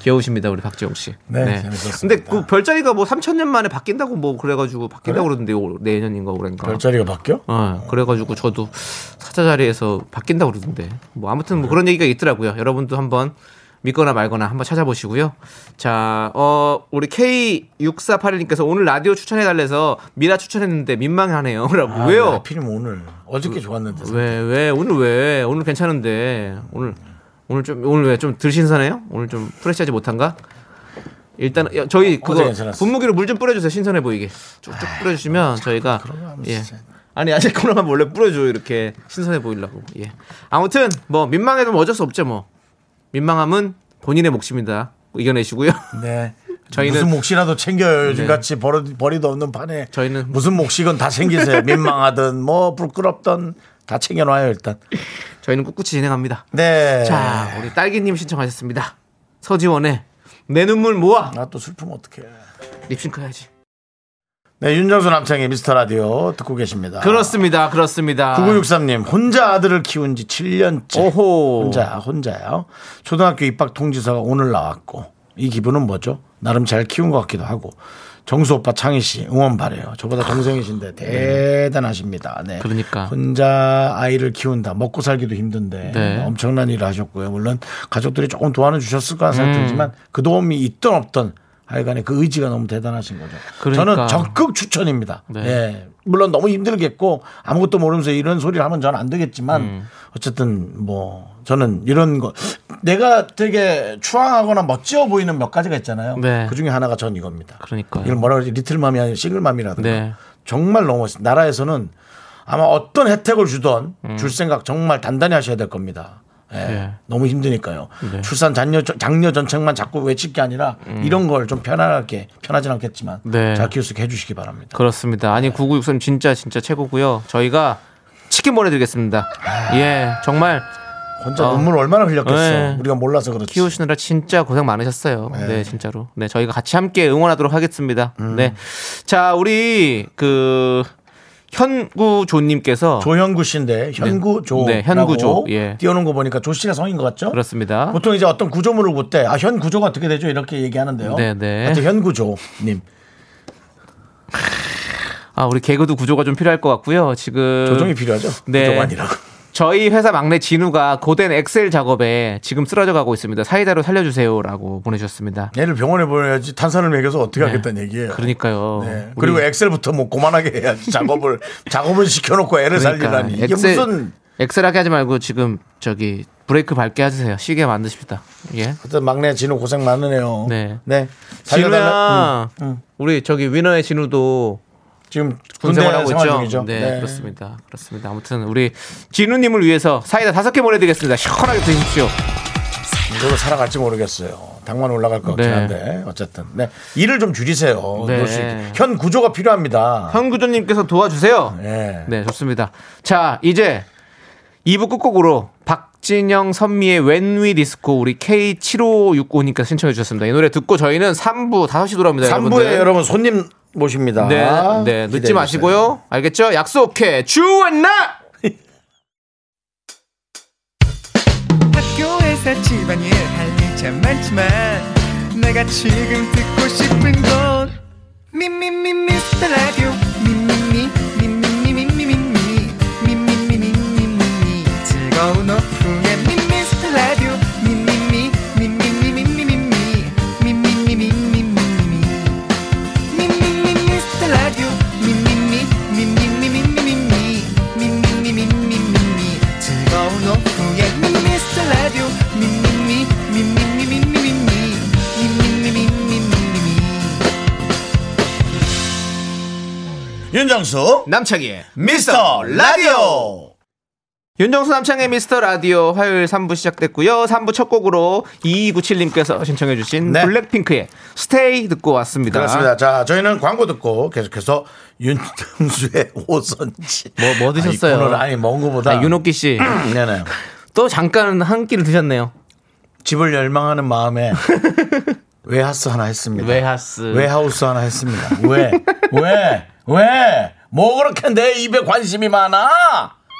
Speaker 3: 귀여우십니다 우리 박재용 씨.
Speaker 6: 예. 네, 재밌었습니다.
Speaker 3: 근데 그 별자리가 뭐 3천 년 만에 바뀐다고 뭐 그래가지고 바뀐다고 그러던데 내년인가 그런가.
Speaker 6: 별자리가 바뀌어?
Speaker 3: 어, 그래가지고 저도 사자 자리에서 바뀐다고 그러던데. 뭐 아무튼 뭐 그런 얘기가 있더라고요. 여러분도 한번 믿거나 말거나 한번 찾아보시고요. 자, 어, 우리 K6481님께서 오늘 라디오 추천해달래서 미라 추천했는데 민망하네요. 라고.
Speaker 6: 아, 네,
Speaker 3: 왜요?
Speaker 6: 하필이면 오늘 어저께 좋았는데
Speaker 3: 왜, 왜, 오늘 왜? 오늘 괜찮은데. 오늘, 오늘 좀, 오늘 왜? 좀 덜 신선해요? 오늘 좀 프레시하지 못한가? 일단 은 저희 그거
Speaker 6: 괜찮았어.
Speaker 3: 분무기로 물 좀 뿌려주세요 신선해 보이게 쭉쭉 뿌려주시면 저희가
Speaker 6: 그런 거 하면
Speaker 3: 예.
Speaker 6: 진짜.
Speaker 3: 아니 아직 코너만 원래 뿌려줘요 이렇게 신선해 보이려고 예 아무튼 뭐 민망해도 뭐 어쩔 수 없죠 뭐 민망함은 본인의 몫입니다 이겨내시고요
Speaker 6: 네.
Speaker 3: 저희는- 네.
Speaker 6: 무슨 몫이라도 챙겨요. 요즘 같이 버려, 버리도 없는 판에
Speaker 3: 저희는-
Speaker 6: 무슨 몫이건 다 챙기세요. 민망하든 뭐 부끄럽든 다 챙겨놔요 일단.
Speaker 3: 저희는 꿋꿋이 진행합니다
Speaker 6: 네.
Speaker 3: 자 우리 딸기님 신청하셨습니다 서지원의 내 눈물 모아
Speaker 6: 나 또 슬프면 어떡해.
Speaker 3: 립싱크 해야지
Speaker 6: 네, 윤정수 남창의 미스터 라디오 듣고 계십니다.
Speaker 3: 그렇습니다 그렇습니다
Speaker 6: 9963님 혼자 아들을 키운 지 7년째.
Speaker 3: 오호.
Speaker 6: 혼자 혼자요. 초등학교 입학 통지서가 오늘 나왔고 이 기분은 뭐죠? 나름 잘 키운 것 같기도 하고. 정수 오빠 창희 씨 응원 바래요. 저보다 동생이신데 대단하십니다. 네.
Speaker 3: 그러니까.
Speaker 6: 혼자 아이를 키운다. 먹고 살기도 힘든데
Speaker 3: 네.
Speaker 6: 엄청난 일을 하셨고요. 물론 가족들이 조금 도와는 주셨을 거라
Speaker 3: 음.
Speaker 6: 생각되지만 그 도움이 있든 없든 하여간에 그 의지가 너무 대단하신 거죠.
Speaker 3: 그러니까.
Speaker 6: 저는 적극 추천입니다.
Speaker 3: 네.
Speaker 6: 예. 물론 너무 힘들겠고 아무것도 모르면서 이런 소리를 하면 저는 안 되겠지만
Speaker 3: 음.
Speaker 6: 어쨌든 뭐 저는 이런 거 내가 되게 추앙하거나 멋지어 보이는 몇 가지가 있잖아요.
Speaker 3: 네.
Speaker 6: 그 중에 하나가 전 이겁니다.
Speaker 3: 그러니까요.
Speaker 6: 이걸 뭐라 그러지? 리틀맘이 아니라 싱글맘이라든가.
Speaker 3: 네.
Speaker 6: 정말 너무 멋있- 나라에서는 아마 어떤 혜택을 주던
Speaker 3: 음.
Speaker 6: 줄 생각 정말 단단히 하셔야 될 겁니다. 예.
Speaker 3: 네.
Speaker 6: 너무 힘드니까요. 출산 잔여 장려 전책만 자꾸 외칠 게 아니라 이런 걸 좀 편안하게 편하진 않겠지만
Speaker 3: 음. 네.
Speaker 6: 잘 키울 수 있게 해주시기 바랍니다.
Speaker 3: 그렇습니다. 아니 9963 진짜 진짜 최고고요. 저희가 치킨 보내드리겠습니다.
Speaker 2: 아.
Speaker 3: 예, 정말
Speaker 6: 혼자
Speaker 3: 어.
Speaker 6: 눈물 얼마나 흘렸겠어.
Speaker 3: 네.
Speaker 6: 우리가 몰라서 그렇지.
Speaker 3: 키우시느라 진짜 고생 많으셨어요. 네. 진짜로. 네,
Speaker 2: 음.
Speaker 3: 저희가 같이 함께 응원하도록 하겠습니다. 네, 자 우리 그 현구조님께서
Speaker 2: 조현구 씨인데 현구 조.
Speaker 3: 네, 현구 조, 예.
Speaker 2: 띄우는 거 보니까 조 씨가 성인 것 같죠?
Speaker 3: 그렇습니다.
Speaker 2: 보통 이제 어떤 구조물을 볼 때 아 현구조가 어떻게 되죠? 이렇게 얘기하는데요.
Speaker 3: 네, 네.
Speaker 2: 하여튼 현구조님
Speaker 3: 아 우리 개그도 구조가 좀 필요할 것 같고요. 지금
Speaker 2: 조정이 필요하죠?
Speaker 3: 네.
Speaker 2: 구조가 아니라고.
Speaker 3: 저희 회사 막내 진우가 고된 엑셀 작업에 지금 쓰러져 가고 있습니다. 사이다로 살려주세요라고 보내주셨습니다.
Speaker 2: 얘를 병원에 보내야지 탄산을 먹여서 어떻게
Speaker 3: 네.
Speaker 2: 하겠다는 얘기예요.
Speaker 3: 그러니까요.
Speaker 2: 네.
Speaker 3: 우리-
Speaker 2: 그리고 엑셀부터 뭐 고만하게 해야지 작업을 작업을 시켜놓고 애를 그 살리라니 이게
Speaker 3: 그러니까 엑셀,
Speaker 2: 무슨
Speaker 3: 엑셀하게 하지 말고 지금 저기 브레이크 밟게 해주세요. 쉬게 만드십시다. 예.
Speaker 2: 하여튼 막내 진우 고생 많으네요.
Speaker 3: 네.
Speaker 2: 살려달라. 음.
Speaker 3: 진우야, 음. 우리 저기 위너의 진우도
Speaker 2: 지금 군대
Speaker 3: 군생활
Speaker 2: 생활
Speaker 3: 하고 있죠.
Speaker 2: 중이죠.
Speaker 3: 네, 그렇습니다. 그렇습니다. 아무튼 우리 진우님을 위해서 사이다 다섯 개 보내드리겠습니다. 시원하게 드십시오.
Speaker 2: 이걸로 살아갈지 모르겠어요. 당만 올라갈 것 같긴
Speaker 3: 네.
Speaker 2: 한데 어쨌든 네. 일을 좀 줄이세요.
Speaker 3: 네.
Speaker 2: 놀수 있게. 현 구조가 필요합니다.
Speaker 3: 현구조님께서 도와주세요.
Speaker 2: 네.
Speaker 3: 네, 좋습니다. 자, 이제 2부 끝곡으로 박진영 선미의 웬 위 디스코 우리 K7569님께서 신청해 주셨습니다. 이 노래 듣고 저희는 3부 5시 돌아옵니다.
Speaker 2: 3부에
Speaker 3: 여러분들.
Speaker 2: 여러분 손님 모십니다.
Speaker 3: 네, 네,
Speaker 2: 아,
Speaker 3: 늦지
Speaker 2: 기대해주세요.
Speaker 3: 마시고요. 알겠죠? 약속해. 주원나!
Speaker 7: 학교에서 집안일 할 일 참 많지만 내가 지금 듣고 싶은 건 미미미 미스터 라디오 미미미 미미미 미미미 미미미 미미미 즐거운 오후에 미미스터 라디오 미미미 미미미 미미미 미미미 미미미 미미미 미스터 라디오 미미미 미미미 미미미 미미미 미미미 즐거운 오후에 미스터 라디오 미미미 미미미 미미미 미미미 미미미
Speaker 2: 윤정수
Speaker 3: 남창희의
Speaker 2: 미스터 라디오.
Speaker 3: 윤정수 남창의 미스터 라디오 화요일 3부 시작됐고요. 3부 첫 곡으로 2297님께서 신청해 주신
Speaker 2: 네.
Speaker 3: 블랙핑크의 스테이 듣고 왔습니다.
Speaker 2: 그렇습니다. 자, 저희는 광고 듣고 계속해서 윤정수의 오선지.
Speaker 3: 뭐, 뭐 드셨어요?
Speaker 2: 아, 이 코너를 아니, 먼 거보다. 음.
Speaker 3: 아, 윤옥기 씨.
Speaker 2: 네네.
Speaker 3: 또 잠깐 한 끼를 드셨네요.
Speaker 2: 집을 열망하는 마음에 웨하스 하나 했습니다.
Speaker 3: 웨하스.
Speaker 2: 네. 웨하우스 하나 했습니다. 왜? 왜? 왜? 뭐 그렇게 내 입에 관심이 많아?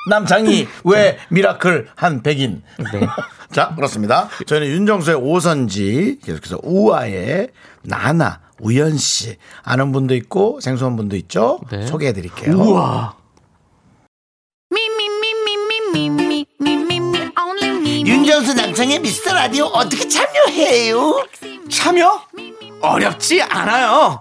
Speaker 2: 남창이 왜 미라클 한 백인?
Speaker 3: 네.
Speaker 2: 자 그렇습니다. 저희는 윤정수의 오선지 계속해서 우아의 나나 우연 씨 아는 분도 있고 생소한 분도 있죠.
Speaker 3: 네.
Speaker 2: 소개해드릴게요.
Speaker 4: Me, me, me, me, me, me, me, me, me, me, only me.
Speaker 6: 윤정수 남성의 미스터 라디오 어떻게 참여해요?
Speaker 5: 참여? 어렵지 않아요.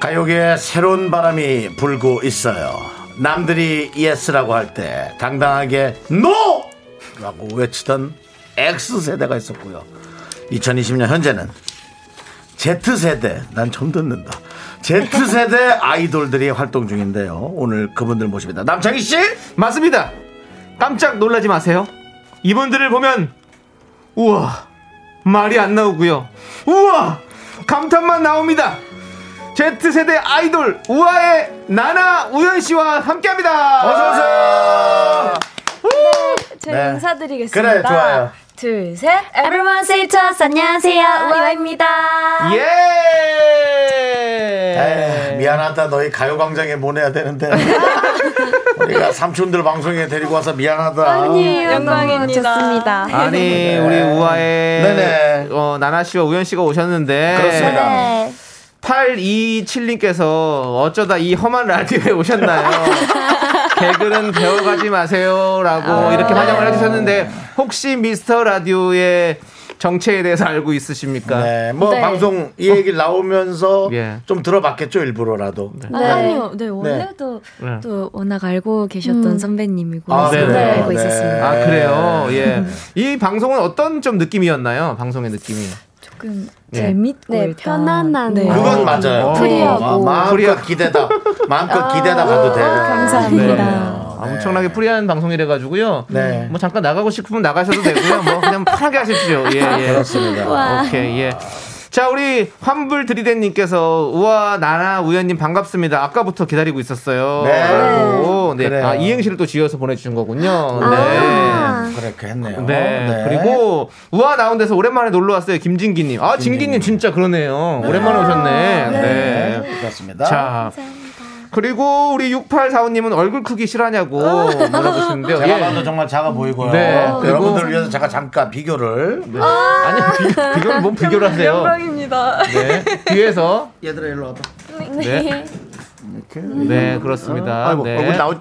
Speaker 2: 가요계에 새로운 바람이 불고 있어요. 남들이 예스라고 할 때 당당하게 노! 라고 외치던 X세대가 있었고요. 2020년 현재는 Z세대, 난 처음 듣는다. Z세대 아이돌들이 활동 중인데요. 오늘 그분들 모십니다. 남창희 씨!
Speaker 3: 맞습니다. 깜짝 놀라지 마세요. 이분들을 보면 우와 말이 안 나오고요. 우와 감탄만 나옵니다. Z 세대 아이돌 우아의 나나 우연 씨와 함께합니다.
Speaker 2: 어서오세요!
Speaker 8: 제가
Speaker 2: 네.
Speaker 8: 인사드리겠습니다.
Speaker 2: 그래, 좋아요.
Speaker 8: 둘, 셋. Everyone say to us. 안녕하세요. 우아입니다.
Speaker 3: 예.
Speaker 8: 네.
Speaker 2: 에이, 네. 미안하다. 너희 가요광장에 보내야 되는데. 우리가 삼촌들 방송에 데리고 와서 미안하다.
Speaker 8: 아니에요. 네, 영광입니다. 좋습니다.
Speaker 3: 아니 우리 우아의
Speaker 2: 네네.
Speaker 3: 어, 나나 씨와 우연 씨가 오셨는데
Speaker 2: 그렇습니다.
Speaker 8: 네.
Speaker 3: 827님께서 어쩌다 이 험한 라디오에 오셨나요? 개그는 배워가지 마세요라고
Speaker 9: 아.
Speaker 3: 이렇게 환영을 해주셨는데 혹시 미스터 라디오의 정체에 대해서 알고 있으십니까?
Speaker 2: 네, 뭐
Speaker 8: 네.
Speaker 2: 방송 이 얘기 나오면서
Speaker 3: 예.
Speaker 2: 좀 들어봤겠죠 일부러라도.
Speaker 8: 아, 아니요. 네, 음. 원래도
Speaker 3: 네.
Speaker 8: 또 워낙 알고 계셨던 선배님이고
Speaker 2: 아,
Speaker 8: 저도
Speaker 3: 네네.
Speaker 8: 알고
Speaker 2: 네.
Speaker 8: 있었습니다.
Speaker 3: 아 그래요. 예. 이 방송은 어떤 좀 느낌이었나요? 방송의 느낌이.
Speaker 9: 재밌고
Speaker 8: 네,
Speaker 9: 일단.
Speaker 8: 편안한
Speaker 9: 네.
Speaker 8: 거.
Speaker 2: 그건 맞아요.
Speaker 8: 어, 프리하고. 아,
Speaker 2: 마- 마음껏 기대다. 마음껏 기대다 가도 돼.
Speaker 9: 감사합니다.
Speaker 3: 네. 엄청나게 프리한 방송이라 가지고요.
Speaker 2: 네.
Speaker 3: 뭐 잠깐 나가고 싶으면 나가셔도 되고요. 뭐 그냥 편하게 하십시오. 예, 예.
Speaker 2: 그렇습니다.
Speaker 8: 와.
Speaker 3: 오케이, 예. 자, 우리 환불 드리덴님께서 우와 나나 우연님 반갑습니다. 아까부터 기다리고 있었어요.
Speaker 2: 네.
Speaker 3: 라고. 네.
Speaker 2: 그래요.
Speaker 3: 아, 이행시를 또 지어서 보내주신 거군요. 네.
Speaker 8: 아.
Speaker 2: 그렇게 했네요.
Speaker 3: 네.
Speaker 2: 네.
Speaker 3: 그리고 우와 나온데서 오랜만에 놀러 왔어요. 김진기님. 아 진기님 진짜 그러네요. 오랜만에 오셨네. 네.
Speaker 2: 그렇습니다.
Speaker 3: 자. 그리고 우리 6845님은 얼굴 크기 실하냐고
Speaker 2: 아.
Speaker 3: 물어보시는데요.
Speaker 2: 제가
Speaker 3: 예.
Speaker 2: 봐도 정말 작아 보이고요.
Speaker 3: 네,
Speaker 2: 그
Speaker 3: 그리고-
Speaker 2: 여러분들을 위해서 제가 잠깐 비교를.
Speaker 9: 어.
Speaker 3: 아니 비, 비교를 뭔 비교를 하세요?
Speaker 9: 영광입니다.
Speaker 3: 네. 뒤에서
Speaker 2: 얘들아 일로 와봐.
Speaker 3: 네.
Speaker 6: 이렇게.
Speaker 3: 네 그렇습니다.
Speaker 2: 뭐,
Speaker 6: 아이고,
Speaker 2: 어,
Speaker 3: 네.
Speaker 6: 얼굴 나오,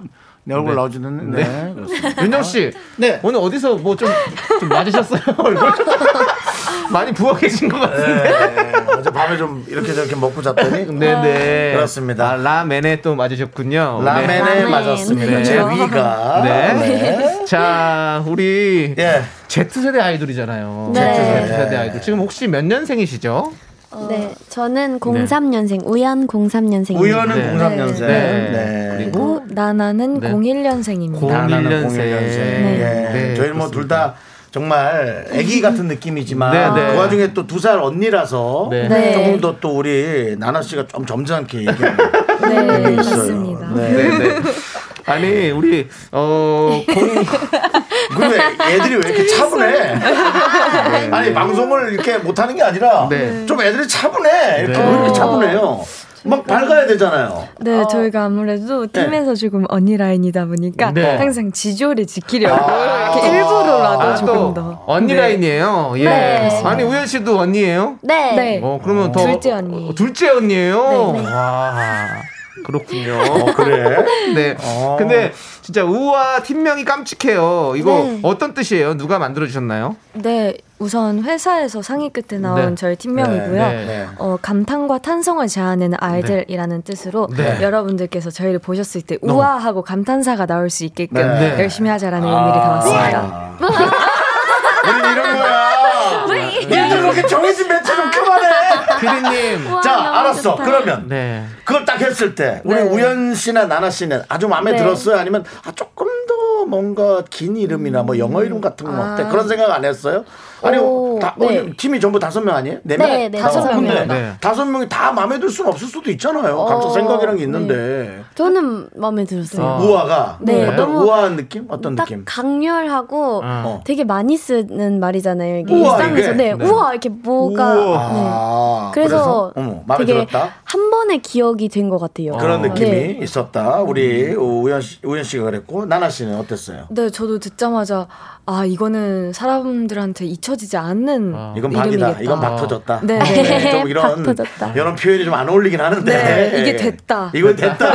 Speaker 6: 내 얼굴
Speaker 3: 네.
Speaker 6: 나오지는 네.
Speaker 3: 네.
Speaker 6: 그렇습니다.
Speaker 3: 윤정 씨
Speaker 2: 네.
Speaker 3: 오늘 어디서 뭐 좀 좀 맞으셨어요 얼굴? 많이 부엌해진 것 같은데.
Speaker 2: 네. 어제 밤에 좀 이렇게 저렇게 먹고 잤더니.
Speaker 3: 네네
Speaker 2: 그렇습니다.
Speaker 3: 아, 라멘에 또 맞으셨군요.
Speaker 2: 라멘에 아,
Speaker 8: 라멘.
Speaker 2: 맞았습니다. 제
Speaker 8: 그렇죠.
Speaker 2: 위가.
Speaker 3: 네. 네. 자 우리
Speaker 2: 예.
Speaker 3: Z세대 아이돌이잖아요.
Speaker 8: 네.
Speaker 3: Z세대 아이돌. 지금 혹시 몇 년생이시죠?
Speaker 8: 네, 저는 03년생, 우연 03년생입니다.
Speaker 2: 우연은
Speaker 3: 네.
Speaker 2: 03년생.
Speaker 3: 네.
Speaker 2: 네.
Speaker 3: 그리고
Speaker 9: 오, 나나는
Speaker 3: 네.
Speaker 9: 01년생입니다.
Speaker 2: 나나는
Speaker 3: 01년생.
Speaker 2: 01년생.
Speaker 3: 네.
Speaker 2: 네.
Speaker 3: 네,
Speaker 2: 저희는 뭐 둘 다 정말 아기 같은 느낌이지만
Speaker 3: 네, 네.
Speaker 2: 그 와중에 또 두 살 언니라서
Speaker 3: 네.
Speaker 9: 네.
Speaker 2: 조금 더 또 우리 나나 씨가 좀 점잖게 얘기하는 게
Speaker 9: 네,
Speaker 2: 있어요.
Speaker 9: 맞습니다.
Speaker 2: 네.
Speaker 3: 네, 네. 아니 우리 어 공,
Speaker 2: 근데 애들이 왜 이렇게 차분해? 아니 방송을 이렇게 못하는 게 아니라
Speaker 3: 네.
Speaker 2: 좀 애들이 차분해. 이렇게
Speaker 3: 네.
Speaker 2: 왜 이렇게 차분해요? 막 밝아야 되잖아요.
Speaker 9: 네,
Speaker 8: 어.
Speaker 9: 저희가 아무래도
Speaker 8: 네.
Speaker 9: 팀에서 조금 언니 라인이다 보니까
Speaker 3: 네.
Speaker 9: 항상 지조를 지키려고
Speaker 2: 아.
Speaker 9: 이렇게 일부러라도
Speaker 3: 아,
Speaker 9: 조금
Speaker 3: 또
Speaker 9: 더.
Speaker 3: 언니 라인이에요. 예.
Speaker 8: 네.
Speaker 3: 아니 우현 씨도 언니예요?
Speaker 8: 네.
Speaker 9: 네.
Speaker 3: 어 그러면 더
Speaker 9: 둘째 언니.
Speaker 3: 어, 둘째 언니예요.
Speaker 8: 네,
Speaker 3: 와 그렇군요.
Speaker 2: 어, 그래?
Speaker 3: 네.
Speaker 2: 어.
Speaker 3: 근데 진짜 우와 팀명이 깜찍해요. 이거
Speaker 8: 네.
Speaker 3: 어떤 뜻이에요? 누가 만들어 주셨나요?
Speaker 9: 네, 우선 회사에서 상의 끝에 나온
Speaker 3: 네.
Speaker 9: 저희 팀명이고요.
Speaker 3: 네.
Speaker 2: 네.
Speaker 9: 어, 감탄과 탄성을 제안하는 아이들이라는 뜻으로
Speaker 3: 네.
Speaker 9: 여러분께서 저희를 보셨을 때 우와 하고 감탄사가 나올 수 있게끔
Speaker 2: 네.
Speaker 9: 열심히
Speaker 8: 아.
Speaker 9: 하자라는 의미를
Speaker 3: 아.
Speaker 8: 네.
Speaker 9: 담았습니다.
Speaker 2: 아. 우리 이런 거야.
Speaker 3: 네.
Speaker 8: 네.
Speaker 2: 얘들 그렇게 정해진 멘트 좀 그만해.
Speaker 3: 피디님.
Speaker 8: 우와,
Speaker 2: 자,
Speaker 8: 너무
Speaker 2: 알았어.
Speaker 8: 아, 좋다.
Speaker 2: 그러면
Speaker 3: 네.
Speaker 2: 그걸 딱 했을 때 우리 우연 씨나 나나 씨는 아주 마음에
Speaker 8: 네.
Speaker 2: 들었어요? 아니면 아, 조금 더 뭔가 긴 이름이나 뭐 영어 이름 같은 건 어때? 그런 생각 안 했어요? 아니,
Speaker 8: 음. 아. 오,
Speaker 2: 다,
Speaker 8: 네.
Speaker 2: 오늘 팀이 전부 다섯 명 아니에요? 네 명?
Speaker 8: 네, 네, 다섯
Speaker 2: 근데
Speaker 8: 명입니다.
Speaker 3: 네.
Speaker 2: 다섯 명이 다 마음에 들 수는 없을 수도 있잖아요. 각자
Speaker 8: 어,
Speaker 2: 생각이란 게 있는데
Speaker 8: 저는 마음에 들었어요.
Speaker 3: 어.
Speaker 2: 우아가
Speaker 8: 네,
Speaker 2: 어떤
Speaker 8: 너무
Speaker 2: 우아한 느낌? 어떤
Speaker 8: 딱
Speaker 2: 느낌?
Speaker 8: 강렬하고
Speaker 3: 어.
Speaker 8: 되게 많이 쓰는 말이잖아요. 이게
Speaker 2: 우와,
Speaker 8: 일상에서
Speaker 2: 이게?
Speaker 8: 네, 우와 이렇게 뭐가 네.
Speaker 2: 아,
Speaker 8: 그래서,
Speaker 2: 어머, 마음에
Speaker 8: 되게
Speaker 2: 들었다.
Speaker 8: 한 번에 기억이 된 것 같아요.
Speaker 2: 그런
Speaker 3: 어.
Speaker 8: 네.
Speaker 2: 느낌이 있었다. 우리 우연 씨, 우연 씨가 그랬고 나나 씨는 어땠어요?
Speaker 9: 네, 저도 듣자마자 아 이거는 사람들한테 잊혀지지 않는
Speaker 3: 아.
Speaker 2: 이건 박이다.
Speaker 9: 이름이겠다.
Speaker 2: 이건
Speaker 3: 아.
Speaker 2: 박 터졌다.
Speaker 9: 네.
Speaker 2: 좀 이런
Speaker 8: 박 터졌다.
Speaker 2: 이런 표현이 좀 안 어울리긴 하는데
Speaker 9: 네, 이게 됐다.
Speaker 2: 이건 됐다.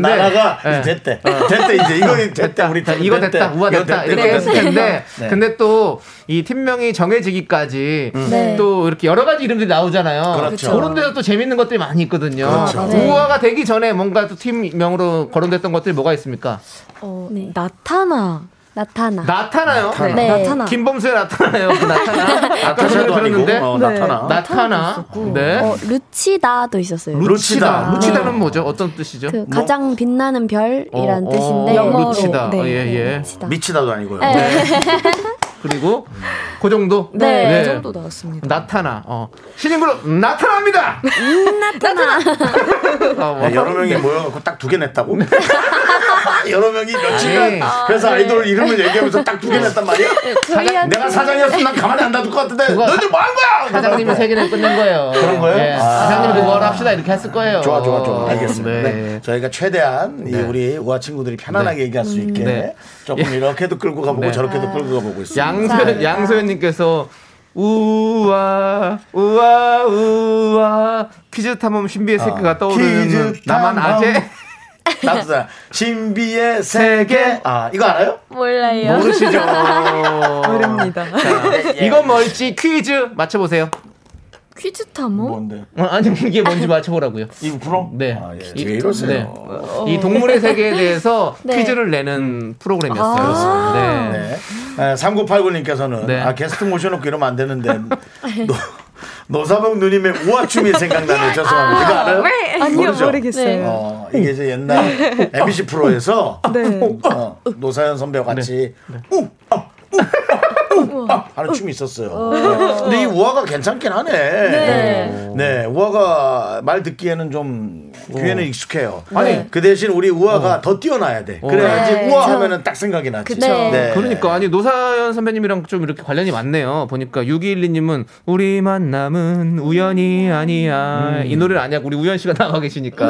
Speaker 2: 나나가
Speaker 3: 네.
Speaker 2: 됐대. 됐대 이제 이거 됐다. 우리
Speaker 3: 다
Speaker 2: 팀
Speaker 3: 이거 됐다, 우와
Speaker 2: 이거
Speaker 3: 됐다 이렇게
Speaker 2: 이거
Speaker 3: 했을
Speaker 2: 됐다.
Speaker 3: 텐데
Speaker 2: 네.
Speaker 3: 근데 또 이 팀명이 정해지기까지
Speaker 8: 네.
Speaker 3: 또 이렇게 여러 가지 이름들이 나오잖아요.
Speaker 2: 그렇죠.
Speaker 3: 런 데서 또 재밌는 것들이 많이 있거든요. 아,
Speaker 2: 그렇죠.
Speaker 8: 네.
Speaker 3: 우화가 되기 전에 뭔가 또 팀명으로 거론됐던 것들이 뭐가 있습니까?
Speaker 9: 어,
Speaker 8: 네.
Speaker 9: 나타나
Speaker 8: 나타나.
Speaker 3: 나타나요.
Speaker 9: 네,
Speaker 8: 네.
Speaker 9: 나타나
Speaker 3: 김범수의 나타나요. 그 나타나. 아까
Speaker 2: 나타샤도
Speaker 3: 전에
Speaker 2: 아니고
Speaker 3: 들었는데
Speaker 2: 어,
Speaker 9: 네.
Speaker 2: 나타나.
Speaker 3: 나타나. 네.
Speaker 8: 어, 루치다도 있었어요.
Speaker 2: 루치다.
Speaker 3: 루치다는 뭐죠? 어떤 뜻이죠?
Speaker 8: 그 가장 빛나는 별이란
Speaker 3: 어,
Speaker 8: 뜻인데
Speaker 3: 어,
Speaker 9: 영어로.
Speaker 3: 루치다. 네.
Speaker 9: 네.
Speaker 3: 어, 예, 예.
Speaker 8: 루치다.
Speaker 2: 미치다도 아니고요.
Speaker 3: 그리고 그 정도?
Speaker 9: 네,
Speaker 8: 네.
Speaker 9: 그 정도 나왔습니다.
Speaker 3: 나타나. 어. 신인 그룹 나타납니다. 나타나. 어, 뭐.
Speaker 2: 네, 여러 명이 모여갖고 딱 두 개 냈다고? 여러 명이
Speaker 3: 네.
Speaker 2: 며칠간 회사 아이돌 이름을 얘기하면서 딱 두 개 냈단 말이야?
Speaker 9: 저희한테
Speaker 2: 내가 사장이었으면 난 가만히 안 놔둘 것 같은데
Speaker 3: 그거-
Speaker 2: 너희들 뭐 한 거야?
Speaker 3: 사장님이 세 개를 끝낸 거예요.
Speaker 2: 그런 거예요?
Speaker 3: 예.
Speaker 2: 아.
Speaker 3: 사장님이 그걸 합시다 이렇게 했을 거예요.
Speaker 2: 좋아 좋아 좋아 알겠습니다.
Speaker 3: 네.
Speaker 2: 네. 저희가 최대한 이 우리 우아 친구들이 편안하게 얘기할 수 있게
Speaker 3: 네.
Speaker 2: 조금 이렇게도 끌고 가보고
Speaker 3: 네.
Speaker 2: 저렇게도 끌고 가보고 있습니다.
Speaker 3: 양소연 양소연님께서 우와 우와 우와 퀴즈 탐험 신비의 새끼가 떠오르는
Speaker 2: 아. 퀴즈
Speaker 3: 나만
Speaker 2: 탐험.
Speaker 3: 아재
Speaker 2: 나도 다 신비의 세계 아 이거 알아요?
Speaker 8: 몰라요.
Speaker 3: 모르시죠?
Speaker 9: 모릅니다.
Speaker 3: 자, 이건 뭘지 퀴즈 맞춰보세요.
Speaker 9: 퀴즈 탐험?
Speaker 8: 뭐
Speaker 2: 뭔데?
Speaker 8: 네.
Speaker 3: 어, 아니 이게 뭔지 맞춰보라고요.
Speaker 2: 이 프로?
Speaker 3: 네.
Speaker 2: 왜 아, 예. 이러세요?
Speaker 3: 네. 이 동물의 세계에 대해서
Speaker 9: 네.
Speaker 3: 퀴즈를 내는 프로그램이었어요.
Speaker 2: 아.
Speaker 3: 네.
Speaker 2: 네. 3989님께서는
Speaker 3: 네.
Speaker 2: 아 게스트 모셔놓고 이러면 안 되는데 노, 노사봉 누님의 우아춤이 생각나네요. 죄송합니다. 이거 알아요?
Speaker 9: 아니요,
Speaker 2: 모르죠?
Speaker 9: 모르겠어요. 네.
Speaker 2: 어, 이게 이제 옛날 MBC 프로에서 어, 노사연 선배와 같이
Speaker 3: 네.
Speaker 2: 아, 우아우아 하는 춤이 있었어요. 네. 근데 이 우아가 괜찮긴 하네.
Speaker 8: 네.
Speaker 2: 네, 우아가 말 듣기에는 좀 귀에는 익숙해요.
Speaker 3: 어. 아니.
Speaker 2: 그 대신 우리 우아가 더 뛰어나야 돼. 그래야지
Speaker 8: 네.
Speaker 2: 우아 하면은 딱 생각이 나지.
Speaker 8: 그쵸. 네.
Speaker 3: 그러니까 아니 노사연 선배님이랑 좀 이렇게 관련이 많네요. 보니까 6212님은 우리 만남은 우연이
Speaker 2: 음.
Speaker 3: 아니야 이 노래를 아냐고 우리 우연 씨가 나가 계시니까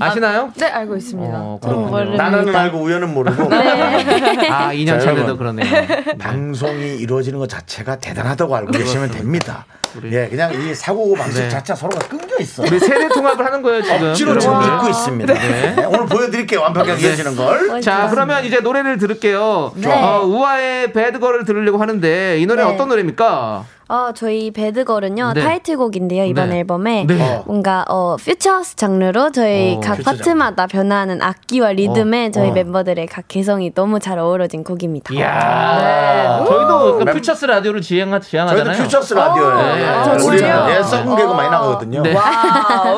Speaker 3: 아시나요?
Speaker 9: 네, 알고 있습니다.
Speaker 3: 어, 그렇군요.
Speaker 2: 나는 알고 우연은 모르고.
Speaker 3: 아 2년
Speaker 2: 자,
Speaker 3: 전에도
Speaker 2: 여러분.
Speaker 3: 그러네요.
Speaker 2: 방송이 이루어지는 것 자체가 대단하다고 알고 계시면 됩니다.
Speaker 3: 우리-
Speaker 2: 예, 그냥 이 사고 방식
Speaker 3: 네.
Speaker 2: 자체 서로가 끊겨 있어요.
Speaker 3: 우리 세대 통합을 하는 거예요 지금.
Speaker 2: 억지로 지금
Speaker 3: 여러분들.
Speaker 2: 믿고 있습니다. 네, 오늘 보여드릴게요. 완벽하게
Speaker 3: 네.
Speaker 2: 이어지는 걸.
Speaker 3: 자 그러면 이제 노래를 들을게요.
Speaker 8: 네.
Speaker 3: 어, 우아의 배드걸을 들으려고 하는데 이 노래 는
Speaker 8: 네.
Speaker 3: 어떤 노래입니까?
Speaker 8: 어, 저희 배드걸은요
Speaker 3: 네.
Speaker 8: 타이틀곡인데요 이번
Speaker 3: 네.
Speaker 8: 앨범에
Speaker 3: 네.
Speaker 2: 어.
Speaker 8: 뭔가 어 퓨처스 장르로 저희
Speaker 3: 어,
Speaker 8: 각
Speaker 2: 퓨처 장르.
Speaker 8: 파트마다 변화하는 악기와 리듬에 저희
Speaker 2: 어.
Speaker 8: 멤버들의 각 개성이 너무 잘 어우러진 곡입니다.
Speaker 3: 이야 저희도 그 퓨처스 라디오를 지향하,
Speaker 2: 네. 저희도
Speaker 3: 지향하잖아요.
Speaker 2: 퓨처스 라디오예요.
Speaker 3: 네.
Speaker 2: 예,
Speaker 3: 아,
Speaker 2: 우리는
Speaker 3: 진짜요?
Speaker 2: 예, 썩은 개그 많이 나거든요.
Speaker 3: 네.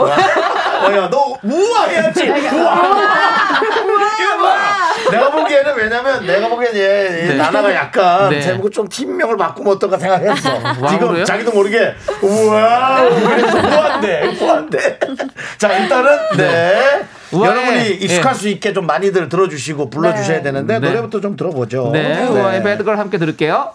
Speaker 2: 어야 너 우와 해야지. 우와. 이거 뭐야? 내가 보기에는 왜냐면 내가 보기엔 얘, 얘
Speaker 3: 네.
Speaker 2: 나나가 약간
Speaker 3: 네.
Speaker 2: 제목을 좀 팀명을 바꾸면 어떨까 생각했어. 지금
Speaker 3: 왕으로요?
Speaker 2: 자기도 모르게 우와 그래서 우한데 우한데. 자 일단은 네.
Speaker 3: 우아해.
Speaker 2: 여러분이 익숙할
Speaker 3: 예.
Speaker 2: 수 있게 좀 많이들 들어주시고 불러주셔야 되는데
Speaker 3: 네.
Speaker 2: 노래부터 좀 들어보죠.
Speaker 3: 네, 우아의 배드걸 함께 들을게요.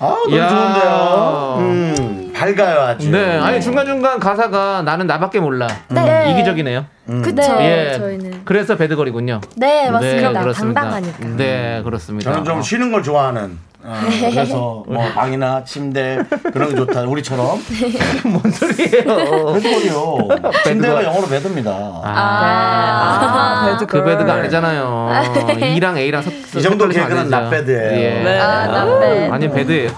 Speaker 2: 아 너무
Speaker 3: 야.
Speaker 2: 좋은데요. 음, 밝아요 아주.
Speaker 3: 네, 아니 중간 중간 가사가 나는 나밖에 몰라. 음,
Speaker 8: 네.
Speaker 3: 이기적이네요.
Speaker 8: 그쵸
Speaker 3: 예,
Speaker 9: 저희는.
Speaker 3: 그래서 배드걸이군요.
Speaker 8: 네 맞습니다.
Speaker 3: 그렇습니다.
Speaker 8: 당당하니까.
Speaker 3: 네, 그렇습니다.
Speaker 2: 저는 좀 쉬는 걸 아. 좋아하는. 어, 그래서 뭐 방이나 침대 그런 게 좋다 우리처럼
Speaker 3: 뭔 소리예요?
Speaker 2: 배드걸이요 네. 아. 침대가 영어로 배드입니다
Speaker 8: 아,
Speaker 3: 아,
Speaker 9: 아,
Speaker 3: 그
Speaker 9: 배드걸.
Speaker 3: 배드가 아니잖아요. E랑 A랑 섞.
Speaker 2: 이 정도
Speaker 3: 섞여서 안
Speaker 2: 개그는
Speaker 3: 되죠.
Speaker 2: 나배드예요.
Speaker 3: 예.
Speaker 8: 아, 나배드.
Speaker 3: 아니 배드예요.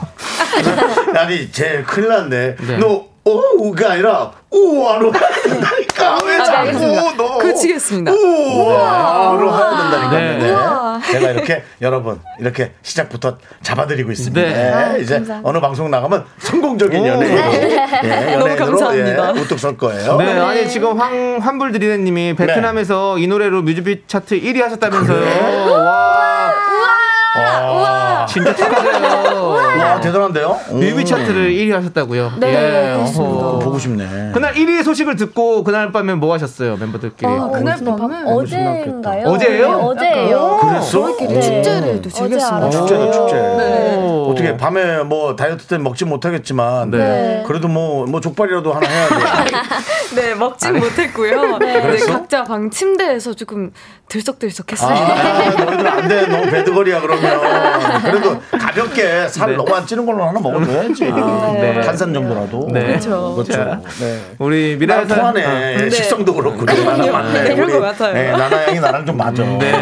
Speaker 2: 아니 제 큰일 났네
Speaker 3: 네.
Speaker 2: 너 오우가 아니라 우와로 해야 된다니까 왜 자꾸 너
Speaker 9: 아, 그치겠습니다.
Speaker 2: 우와로 해야
Speaker 3: 네.
Speaker 2: 된다니까 네. 제가 이렇게 여러분 이렇게 시작부터 잡아드리고 있습니다
Speaker 3: 네.
Speaker 2: 예,
Speaker 8: 아유,
Speaker 2: 이제
Speaker 8: 감사합니다.
Speaker 2: 어느 방송 나가면 성공적인
Speaker 3: 오.
Speaker 2: 연예인으로 예, 연예인으로
Speaker 9: 감사합니다.
Speaker 2: 예, 우뚝 설 거예요
Speaker 3: 네, 아니 지금 황 환불드리네님이 베트남에서 이 노래로 뮤직비디오 차트 1위 하셨다면서요. 와,
Speaker 2: 아.
Speaker 3: 진짜 축하드려요.
Speaker 2: 와 아, 대단한데요?
Speaker 6: 음.
Speaker 3: 뮤비 차트를 1위 하셨다고요.
Speaker 9: 네,
Speaker 3: 그렇습니다.
Speaker 2: 어, 보고
Speaker 6: 음.
Speaker 2: 싶네.
Speaker 3: 그날 1위 소식을 듣고 그날 밤에 뭐 하셨어요 멤버들끼리?
Speaker 9: 그날 밤은
Speaker 8: 어제인가요?
Speaker 3: 아, 어제예요?
Speaker 8: 네, 어제예요.
Speaker 2: 그랬어?
Speaker 9: 저희끼리 축제를
Speaker 8: 어제
Speaker 9: 또 즐겼습니다.
Speaker 8: 알았어요.
Speaker 2: 축제다 축제.
Speaker 3: 오.
Speaker 2: 어떻게 밤에 뭐 다이어트 때문에 먹지 못하겠지만
Speaker 3: 네.
Speaker 2: 그래도 뭐 뭐 족발이라도 하나 해야 돼.
Speaker 9: 네, 먹진 못했고요. 네.
Speaker 2: 그랬어?
Speaker 9: 각자 방 침대에서 조금
Speaker 2: 아,
Speaker 9: 들썩들썩했어요.
Speaker 2: 아, 너희들 안 돼. 너무 배드거리야 그러면. 그래도 가볍게 살
Speaker 3: 네.
Speaker 2: 너무 안 찌는 걸로 하나
Speaker 6: 아, 그렇죠.
Speaker 2: 먹어줘야지.
Speaker 3: 네.
Speaker 2: 한산 정도라도.
Speaker 3: 네.
Speaker 9: 그렇죠.
Speaker 2: 그렇죠. 네.
Speaker 3: 우리
Speaker 2: 나랑
Speaker 3: 미라에서
Speaker 6: 아,
Speaker 2: 통하네. 식성도 그렇고. 나랑 맞네.
Speaker 9: 그런 것
Speaker 2: 우리,
Speaker 9: 같아요.
Speaker 2: 네, 나나 양이 나랑 좀 맞아.
Speaker 6: 음,
Speaker 3: 네.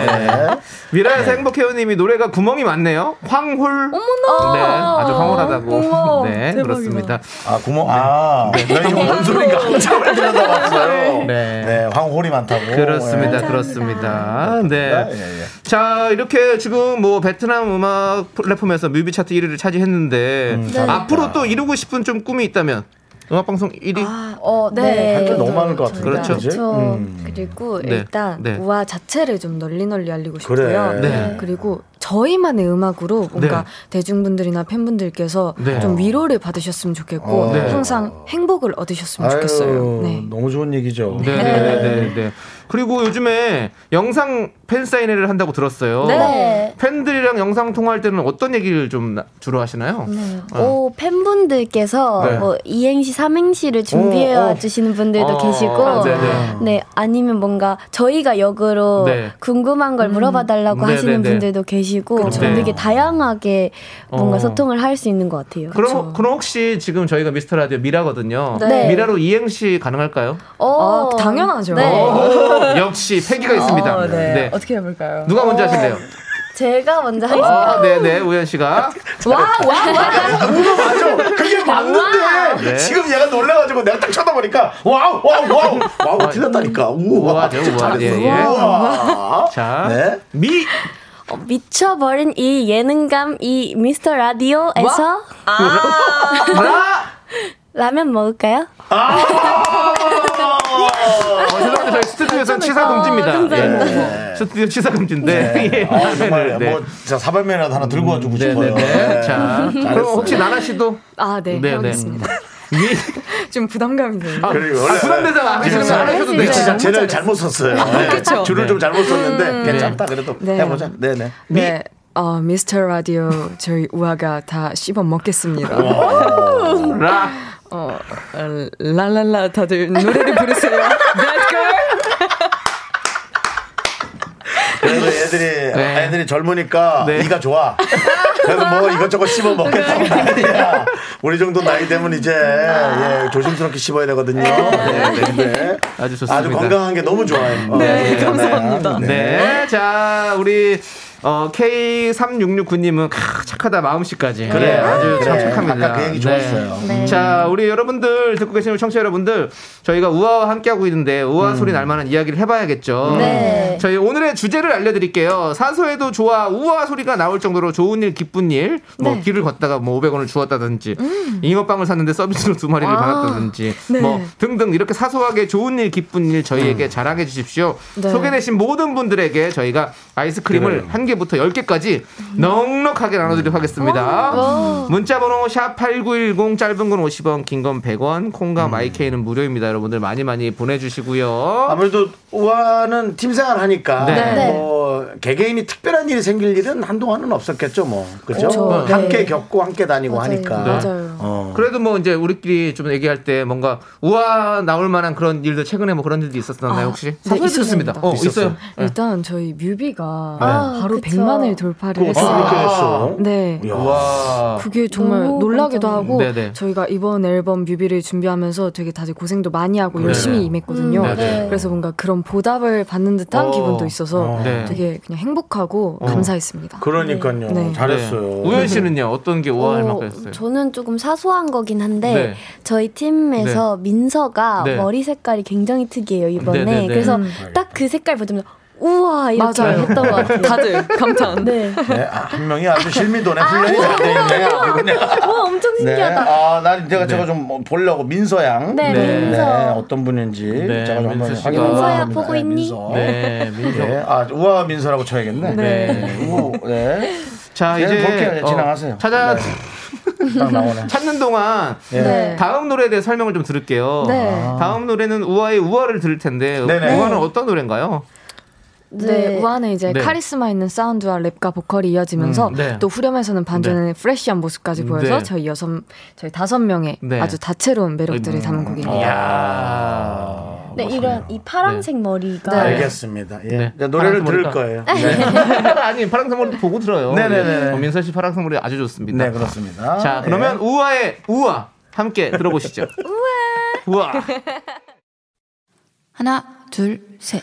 Speaker 3: 미라에서
Speaker 2: 네.
Speaker 3: 행복해요님이 노래가 구멍이 많네요. 황홀. 어머나. 네, 아주 황홀하다고. 네, 그렇습니다.
Speaker 2: 아 구멍 아 네. 이거 뭔 소린가 한참 들여다 봤어요.
Speaker 3: 네.
Speaker 2: 네. 황홀이 많다고.
Speaker 3: 그렇습니다,
Speaker 2: 예.
Speaker 3: 그렇습니다. 네.
Speaker 2: 예, 예.
Speaker 3: 자, 이렇게 지금 뭐 베트남 음악 플랫폼에서 뮤비 차트 1위를 차지했는데 앞으로 또 이루고 싶은 좀 꿈이 있다면 음악 방송 1위.
Speaker 9: 아,
Speaker 8: 어, 네.
Speaker 2: 할게 너무 많을 것 같은데.
Speaker 3: 그렇죠.
Speaker 2: 그지?
Speaker 8: 그렇죠.
Speaker 2: 음.
Speaker 9: 그리고
Speaker 3: 네,
Speaker 9: 일단
Speaker 3: 네.
Speaker 9: 우아 자체를 좀 널리 널리 알리고
Speaker 2: 그래.
Speaker 9: 싶고요.
Speaker 3: 네.
Speaker 9: 그리고 저희만의 음악으로 뭔가
Speaker 3: 네.
Speaker 9: 대중분들이나 팬분들께서
Speaker 3: 네.
Speaker 9: 좀 위로를 받으셨으면 좋겠고
Speaker 2: 어.
Speaker 3: 네.
Speaker 9: 항상 행복을 얻으셨으면 좋겠어요.
Speaker 2: 아유,
Speaker 9: 네.
Speaker 2: 너무 좋은 얘기죠.
Speaker 3: 네, 네, 네, 네. 그리고 요즘에 영상 팬 사인회를 한다고 들었어요.
Speaker 8: 네.
Speaker 3: 팬들이랑 영상 통화할 때는 어떤 얘기를 좀 나- 주로 하시나요?
Speaker 8: 오, 팬분들께서
Speaker 3: 어. 네.
Speaker 8: 어, 뭐 이행시, 삼행시를 준비해
Speaker 3: 오, 오.
Speaker 8: 와 주시는 분들도
Speaker 3: 어,
Speaker 8: 계시고,
Speaker 3: 네, 네.
Speaker 8: 네, 아니면 뭔가 저희가 역으로
Speaker 3: 네.
Speaker 8: 궁금한 걸 물어봐 달라고
Speaker 3: 네, 네,
Speaker 8: 하시는
Speaker 3: 네.
Speaker 8: 분들도 계시고,
Speaker 3: 네.
Speaker 8: 되게 다양하게 뭔가
Speaker 3: 어.
Speaker 8: 소통을 할 수 있는 것 같아요. 그렇죠.
Speaker 3: 그럼, 그럼 혹시 지금 저희가 미스터 라디오 미라거든요.
Speaker 8: 네.
Speaker 3: 미라로 이행시 가능할까요?
Speaker 8: 어,
Speaker 9: 아, 당연하죠.
Speaker 8: 네.
Speaker 3: 역시 패기가 있습니다. 네.
Speaker 10: 어떻게 해볼까요?
Speaker 3: 누가 먼저 하실래요?
Speaker 8: 제가 먼저
Speaker 3: 아,
Speaker 8: 하겠습니다.
Speaker 3: 네네 우현 씨가
Speaker 8: 와와와
Speaker 6: 그거 맞아. 그게 맞는데
Speaker 3: 네.
Speaker 6: 지금 얘가 놀래가지고 내가 딱 쳐다보니까 와우 와우 와우 와우 틀렸다니까. 우와.
Speaker 3: 네, 우와,
Speaker 6: 진짜 잘했어.
Speaker 3: 예, 예.
Speaker 6: 우와.
Speaker 3: 자
Speaker 6: 네.
Speaker 3: 미.
Speaker 8: 어, 미쳐버린 이 예능감 이 미스터 라디오에서
Speaker 9: 아.
Speaker 8: 라면 먹을까요?
Speaker 3: 어, 죄송한데 저희 스튜디오에서는 치사 금지입니다.
Speaker 8: 감사합니다.
Speaker 3: 예. 스튜디오 치사 금지인데. 예.
Speaker 6: 아, 정말
Speaker 3: 네.
Speaker 6: 뭐 진짜 사발면이라도 하나 들고 와주고 싶어요.
Speaker 3: 네네네.
Speaker 6: 네.
Speaker 3: 자, 그럼
Speaker 6: 잘했어요.
Speaker 3: 혹시 나나 씨도
Speaker 9: 아, 네.
Speaker 3: 네,
Speaker 9: 해보겠습니다.
Speaker 3: 미
Speaker 9: 좀 부담감이 되네요.
Speaker 3: 아,
Speaker 6: 그리고 원래-
Speaker 3: 아, 부담되잖아.
Speaker 6: 네.
Speaker 3: 안 하시는 거안 하셔도 아, 그렇죠. 돼요.
Speaker 6: 위치 자체를 잘못 썼어요. 네.
Speaker 9: 그쵸.
Speaker 6: 줄을 좀 잘못 썼는데
Speaker 3: 음.
Speaker 6: 괜찮다 그래도
Speaker 9: 네.
Speaker 6: 해보자. 네네.
Speaker 9: 네. 어, 미스터 라디오 저희 우아가 다 씹어 먹겠습니다.
Speaker 3: 라.
Speaker 9: 어, 랄랄라 다들 노래를 부르세요. That girl.
Speaker 6: 그래도 애들이 아,
Speaker 3: 네.
Speaker 6: 애들이 젊으니까
Speaker 3: 네.
Speaker 6: 이가 좋아. 그래서 뭐 이것저것 씹어 먹겠다고 난리야. 우리 정도 나이 되면 이제
Speaker 3: 아.
Speaker 6: 예, 조심스럽게 씹어야 되거든요. 네, 근데
Speaker 3: 아주 좋습니다.
Speaker 6: 아주 건강한 게 너무 좋아요. 네, 감사합니다.
Speaker 3: 네. 자, 우리 어, K3669님은 착하다 마음씨까지.
Speaker 6: 그래.
Speaker 3: 예, 아주 참
Speaker 6: 그래.
Speaker 3: 착합니다.
Speaker 6: 아까 그 얘기 좋았어요.
Speaker 8: 네.
Speaker 3: 자, 우리 여러분들 듣고 계시는 우리 청취자 여러분들 저희가 우아와 함께하고 있는데 우아 소리 날 만한 이야기를 해봐야겠죠.
Speaker 8: 네.
Speaker 3: 저희 오늘의 주제를 알려드릴게요. 산소에도 좋아 우아 소리가 나올 정도로 좋은 일, 기쁜 일, 뭐
Speaker 9: 네. 음.
Speaker 3: 길을 걷다가 뭐 500원을 주었다든지 잉어빵을 샀는데 서비스로 두 마리를
Speaker 9: 아.
Speaker 3: 받았다든지
Speaker 9: 네.
Speaker 3: 뭐 등등 이렇게 사소하게 좋은 일, 기쁜 일 저희에게 자랑해 주십시오.
Speaker 9: 네.
Speaker 3: 소개되신 모든 분들에게 저희가 아이스크림을 한 개부터 열 개까지
Speaker 9: 음.
Speaker 3: 넉넉하게 나눠드리도록
Speaker 9: 어,
Speaker 3: 하겠습니다. 어. 문자번호 샵 #8910 짧은 건 50원, 긴 건 100원,
Speaker 6: 음.
Speaker 3: 콩과 마이케이는 무료입니다. 여러분들 많이 많이 보내주시고요.
Speaker 6: 아무래도 우아는 팀 생활 하니까
Speaker 3: 네.
Speaker 8: 네.
Speaker 6: 뭐 개개인이 특별한 일이 생길 일은 한동안은 없었겠죠, 뭐 그죠?
Speaker 9: 그렇죠. 네.
Speaker 6: 함께 겪고 함께 다니고
Speaker 8: 맞아요. 네.
Speaker 6: 하니까.
Speaker 9: 맞아요.
Speaker 6: 어.
Speaker 3: 그래도 뭐 이제 우리끼리 좀 얘기할 때 뭔가 우와 나올 만한 그런 일들 최근에 뭐 그런 일도 있었나요
Speaker 9: 아,
Speaker 3: 혹시?
Speaker 9: 네,
Speaker 3: 있었습니다. 어 있어요.
Speaker 9: 일단 저희 뮤비가
Speaker 8: 네.
Speaker 9: 바로
Speaker 8: 그쵸.
Speaker 9: 100만을 돌파를
Speaker 6: 어떻게
Speaker 9: 했어요.
Speaker 6: 이렇게 됐어?
Speaker 9: 네.
Speaker 6: 이야.
Speaker 3: 와.
Speaker 9: 그게 정말
Speaker 8: 너무
Speaker 9: 놀라기도
Speaker 8: 깜짝
Speaker 9: 하고
Speaker 3: 네네.
Speaker 9: 저희가 이번 앨범 뮤비를 준비하면서 되게 다들 고생도 많이 하고 열심히 임했거든요.
Speaker 3: 음, 네네.
Speaker 9: 그래서 뭔가 그런 보답을 받는 듯한
Speaker 3: 어.
Speaker 9: 기분도 있어서
Speaker 6: 어.
Speaker 3: 네.
Speaker 9: 되게 그냥 행복하고 감사했습니다.
Speaker 6: 그러니까요.
Speaker 9: 네.
Speaker 6: 잘했어요.
Speaker 3: 네. 우현 씨는요 어떤 게 우아할 만큼
Speaker 8: 어,
Speaker 3: 했어요?
Speaker 8: 저는 조금 사소한 거긴 한데
Speaker 3: 네.
Speaker 8: 저희 팀에서 민서가
Speaker 3: 네.
Speaker 8: 머리 색깔이 굉장히 특이해요 이번에
Speaker 3: 네, 네, 네.
Speaker 8: 그래서
Speaker 9: 음.
Speaker 8: 딱 그 색깔 보자마자 우와 이렇게
Speaker 9: 맞아요.
Speaker 8: 했던 것 같아요.
Speaker 9: 다들 감탄.
Speaker 8: 네.
Speaker 6: 네, 아, 한 명이 아주 실미도네 훈련이 잘돼 있네. 아주 그냥.
Speaker 8: 와 엄청
Speaker 6: 네,
Speaker 8: 신기하다.
Speaker 6: 아, 난 제가 제가 좀 보려고 민서 양.
Speaker 8: 네,
Speaker 3: 네.
Speaker 8: 민서.
Speaker 6: 어떤 분인지
Speaker 3: 네,
Speaker 6: 제가 좀 한번
Speaker 3: 민서 씨가.
Speaker 6: 확인해 보겠습니다.
Speaker 8: 민서야, 보고 있니?
Speaker 6: 민서.
Speaker 3: 네,
Speaker 2: 예,
Speaker 3: 민석.
Speaker 6: 네, 아, 우아 민서라고 쳐야겠네.
Speaker 3: 네.
Speaker 6: 우, 네.
Speaker 3: 자
Speaker 6: 네,
Speaker 3: 이제
Speaker 6: 볼게요. 네,
Speaker 3: 어,
Speaker 6: 진행하세요.
Speaker 3: 찾아
Speaker 6: 네. 딱 나오네.
Speaker 3: 찾는 동안
Speaker 6: 예.
Speaker 8: 네.
Speaker 3: 다음 노래에 대해 설명을 좀 들을게요.
Speaker 9: 네.
Speaker 3: 다음 노래는 우아의 우아를 들을 텐데
Speaker 6: 네네.
Speaker 3: 우아는 어떤 노래인가요?
Speaker 9: 네, 우아는 이제
Speaker 3: 네.
Speaker 9: 카리스마 있는 사운드와 랩과 보컬이 이어지면서
Speaker 3: 음, 네.
Speaker 9: 또 후렴에서는 반전의 프레쉬한 모습까지 보여서
Speaker 3: 네.
Speaker 9: 저희 여섯, 저희 다섯 명의
Speaker 3: 네.
Speaker 9: 아주 다채로운
Speaker 3: 음.
Speaker 9: 매력들을 담은 곡입니다.
Speaker 3: 이야.
Speaker 8: 네 이런 이 파란색 머리가
Speaker 6: 알겠습니다. 예.
Speaker 3: 네.
Speaker 6: 이제
Speaker 3: 파란색
Speaker 6: 노래를 들을
Speaker 3: 머리가.
Speaker 6: 거예요.
Speaker 3: 아니 파랑색 머리 보고 들어요.
Speaker 6: 네네네.
Speaker 3: 어, 민서 씨 파랑색 머리 아주 좋습니다.
Speaker 6: 네, 그렇습니다.
Speaker 3: 자 그러면 우아의 우아 함께 들어보시죠. 우아. 우아.
Speaker 10: 하나, 둘, 셋.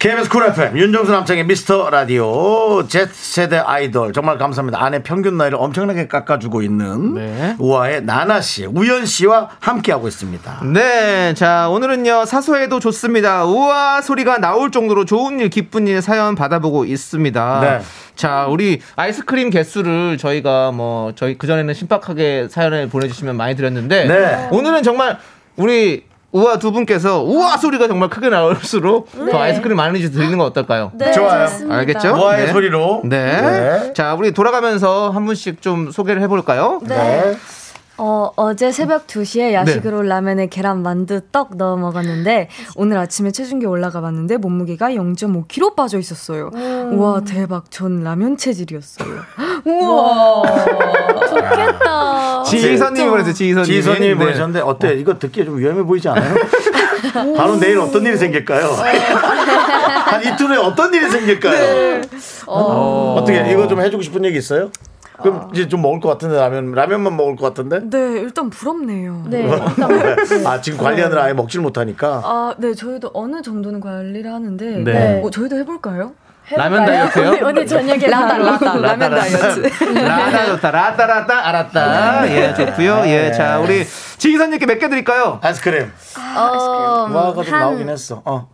Speaker 6: KBS 쿨 FM 윤정수 남창희의 미스터 라디오 Z세대 아이돌 정말 감사합니다 아내 평균 나이를 엄청나게 깎아주고 있는
Speaker 3: 네.
Speaker 6: 우아의 나나씨 우연씨와 함께하고 있습니다
Speaker 3: 네, 자 오늘은요 사소해도 좋습니다. 우와 소리가 나올 정도로 좋은 일, 기쁜 일 사연 받아보고 있습니다.
Speaker 6: 네.
Speaker 3: 자 우리 아이스크림 개수를 저희가 뭐 저희 그 전에는 신박하게 사연을 보내주시면 많이 드렸는데
Speaker 6: 네.
Speaker 3: 오늘은 정말 우리 우와 두 분께서 우와 소리가 정말 크게 나올수록 더 아이스크림 많이 드리는 건 어떨까요?
Speaker 8: 네,
Speaker 6: 좋아요.
Speaker 8: 좋습니다.
Speaker 3: 알겠죠?
Speaker 6: 우아의
Speaker 3: 네.
Speaker 6: 소리로
Speaker 3: 네.
Speaker 6: 네.
Speaker 3: 자 우리 돌아가면서 한 분씩 좀 소개를 해볼까요?
Speaker 8: 네.
Speaker 9: 어, 어제 새벽 2시에 야식으로 라면에 계란 만두 떡 넣어 먹었는데 오늘 아침에 체중계 올라가 봤는데 몸무게가 0.5kg 빠져 있었어요.
Speaker 8: 음.
Speaker 9: 우와 대박. 전 라면 체질이었어요. 우와.
Speaker 8: 좋겠다
Speaker 3: 지희선님이 네. 보내주세요. 지희선님.
Speaker 6: 지선님이 보내셨는데 어때요 이거 듣기에 좀 위험해 보이지 않아요?
Speaker 2: 바로 내일 어떤 일이 생길까요? 한 이틀 후에 어떤 일이 생길까요?
Speaker 9: 어.
Speaker 2: 어떻게 이거 좀 해주고 싶은 얘기 있어요? 그럼 이제 좀 먹을 것 같은데 라면 라면만 먹을 것 같은데?
Speaker 9: 네, 일단 부럽네요.
Speaker 8: 네.
Speaker 2: 아 지금 관리하느라 아예 먹질 못하니까.
Speaker 9: 아, 네, 저희도 어느 정도는 관리를 하는데
Speaker 2: 네.
Speaker 9: 어, 저희도 해볼까요?
Speaker 3: 라면 다이어트요?
Speaker 8: 오늘, 오늘 저녁에
Speaker 9: 라다, 라다,
Speaker 3: 라다,
Speaker 9: 라면
Speaker 3: 라다.
Speaker 9: 다이어트.
Speaker 3: 라다 좋다 라다 라다 알았다 예 좋고요
Speaker 2: 네.
Speaker 3: 예자 우리 지기사님께 몇 개 드릴까요?
Speaker 2: 아이스크림
Speaker 8: 어,
Speaker 2: 와가 좀 나오긴
Speaker 8: 한
Speaker 2: 했어. 어.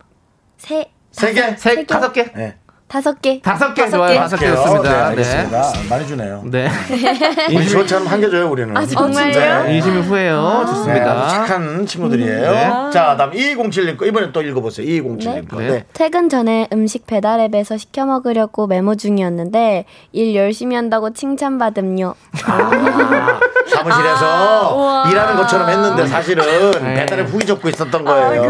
Speaker 8: 세,
Speaker 2: 세 개?
Speaker 3: 세
Speaker 8: 개.
Speaker 3: 다섯 개
Speaker 2: 네.
Speaker 8: 다섯 개.
Speaker 3: 다섯 개 좋아요 다섯 개
Speaker 2: 어,
Speaker 3: 좋습니다
Speaker 2: 네,
Speaker 3: 네.
Speaker 2: 알겠습니다. 많이 주네요.
Speaker 3: 네
Speaker 2: 우리 저처럼 한 개 줘요 우리는.
Speaker 8: 아, 정말요?
Speaker 2: 네.
Speaker 3: 인심이 후예요
Speaker 2: 네, 아주
Speaker 3: 좋습니다
Speaker 2: 착한 친구들이에요.
Speaker 3: 네.
Speaker 2: 자, 다음 2207님 거 이번엔 또 읽어보세요. 2207님 거.
Speaker 3: 네.
Speaker 2: 네.
Speaker 8: 퇴근 전에 음식 배달 앱에서 시켜 먹으려고 메모 중이었는데 일 열심히 한다고 칭찬받음요.
Speaker 9: 아,
Speaker 3: 아,
Speaker 2: 사무실에서 일하는 것처럼 했는데
Speaker 3: 음.
Speaker 2: 사실은
Speaker 3: 네.
Speaker 2: 배달에 후기 적고 있었던
Speaker 3: 아,
Speaker 2: 거예요.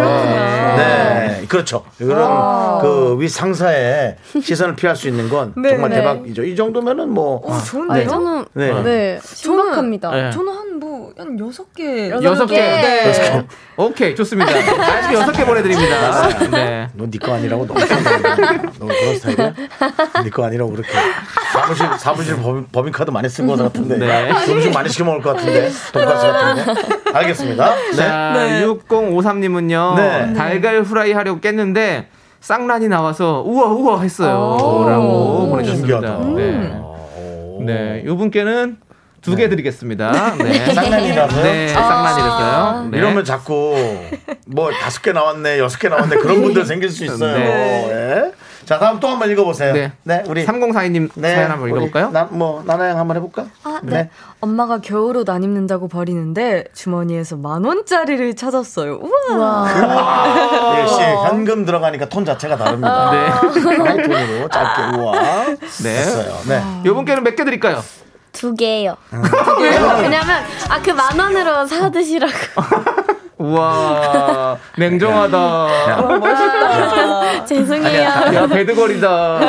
Speaker 2: 네, 그렇죠. 이런 그위 상사의 시선을 피할 수 있는 건
Speaker 9: 네,
Speaker 2: 정말
Speaker 9: 네.
Speaker 2: 대박이죠. 이 정도면은 뭐
Speaker 9: 어, 좋은데요?
Speaker 8: 저는
Speaker 2: 네.
Speaker 8: 네, 심각합니다.
Speaker 3: 네.
Speaker 9: 저는 한 뭐 한 여섯 개
Speaker 3: 여섯 개
Speaker 8: 개.
Speaker 3: 네. 오케이 좋습니다 아이스크림 여섯 개 보내드립니다 네
Speaker 2: 넌네거 아니라고 너무 생각한다. 너 그런 스타일이야? 네거 아니라고 그렇게 사무실 사무실 범인, 범인 카드 많이 쓴 것 같은데
Speaker 3: 네.
Speaker 2: 음식 많이 시켜 먹을 것 같은데 돈까스 같은데 알겠습니다. 네.
Speaker 3: 자, 6053님은요.
Speaker 2: 네.
Speaker 3: 달걀 후라이 하려고 깼는데 쌍란이 나와서 우와 우와 했어요. 라고 보내셨습니다.
Speaker 2: 신기하다. 어,
Speaker 3: 네. 네, 이분께는 두 개 드리겠습니다. 네.
Speaker 2: 쌍란이라서요?
Speaker 3: 네, 쌍란이랬어요. 네.
Speaker 2: 이러면 자꾸 뭐 다섯 개 나왔네, 여섯 개 나왔네 그런 분들 생길 수 있어요.
Speaker 3: 네.
Speaker 2: 예. 자 다음 또 한번 읽어보세요. 네,
Speaker 3: 네.
Speaker 2: 우리
Speaker 3: 3042님
Speaker 2: 네,
Speaker 3: 사연 한번
Speaker 2: 우리
Speaker 3: 읽어볼까요?
Speaker 2: 나, 뭐 나나양 한번 해볼까?
Speaker 9: 아, 네. 엄마가 겨울옷 안 입는다고 버리는데 주머니에서 만 원짜리를 찾았어요. 우와.
Speaker 2: 역시 현금 들어가니까 톤 자체가 다릅니다.
Speaker 3: 네.
Speaker 2: 하이 톤으로 짧게 우와.
Speaker 3: 네.
Speaker 2: 됐어요. 네.
Speaker 3: 이분께는 몇 개 드릴까요?
Speaker 8: 두 개요.
Speaker 2: 음.
Speaker 8: 왜냐면 아 그 만 원으로 사 드시라고.
Speaker 3: 우와, 냉정하다.
Speaker 2: 아,
Speaker 8: 죄송해요.
Speaker 3: 야, 배드걸이다.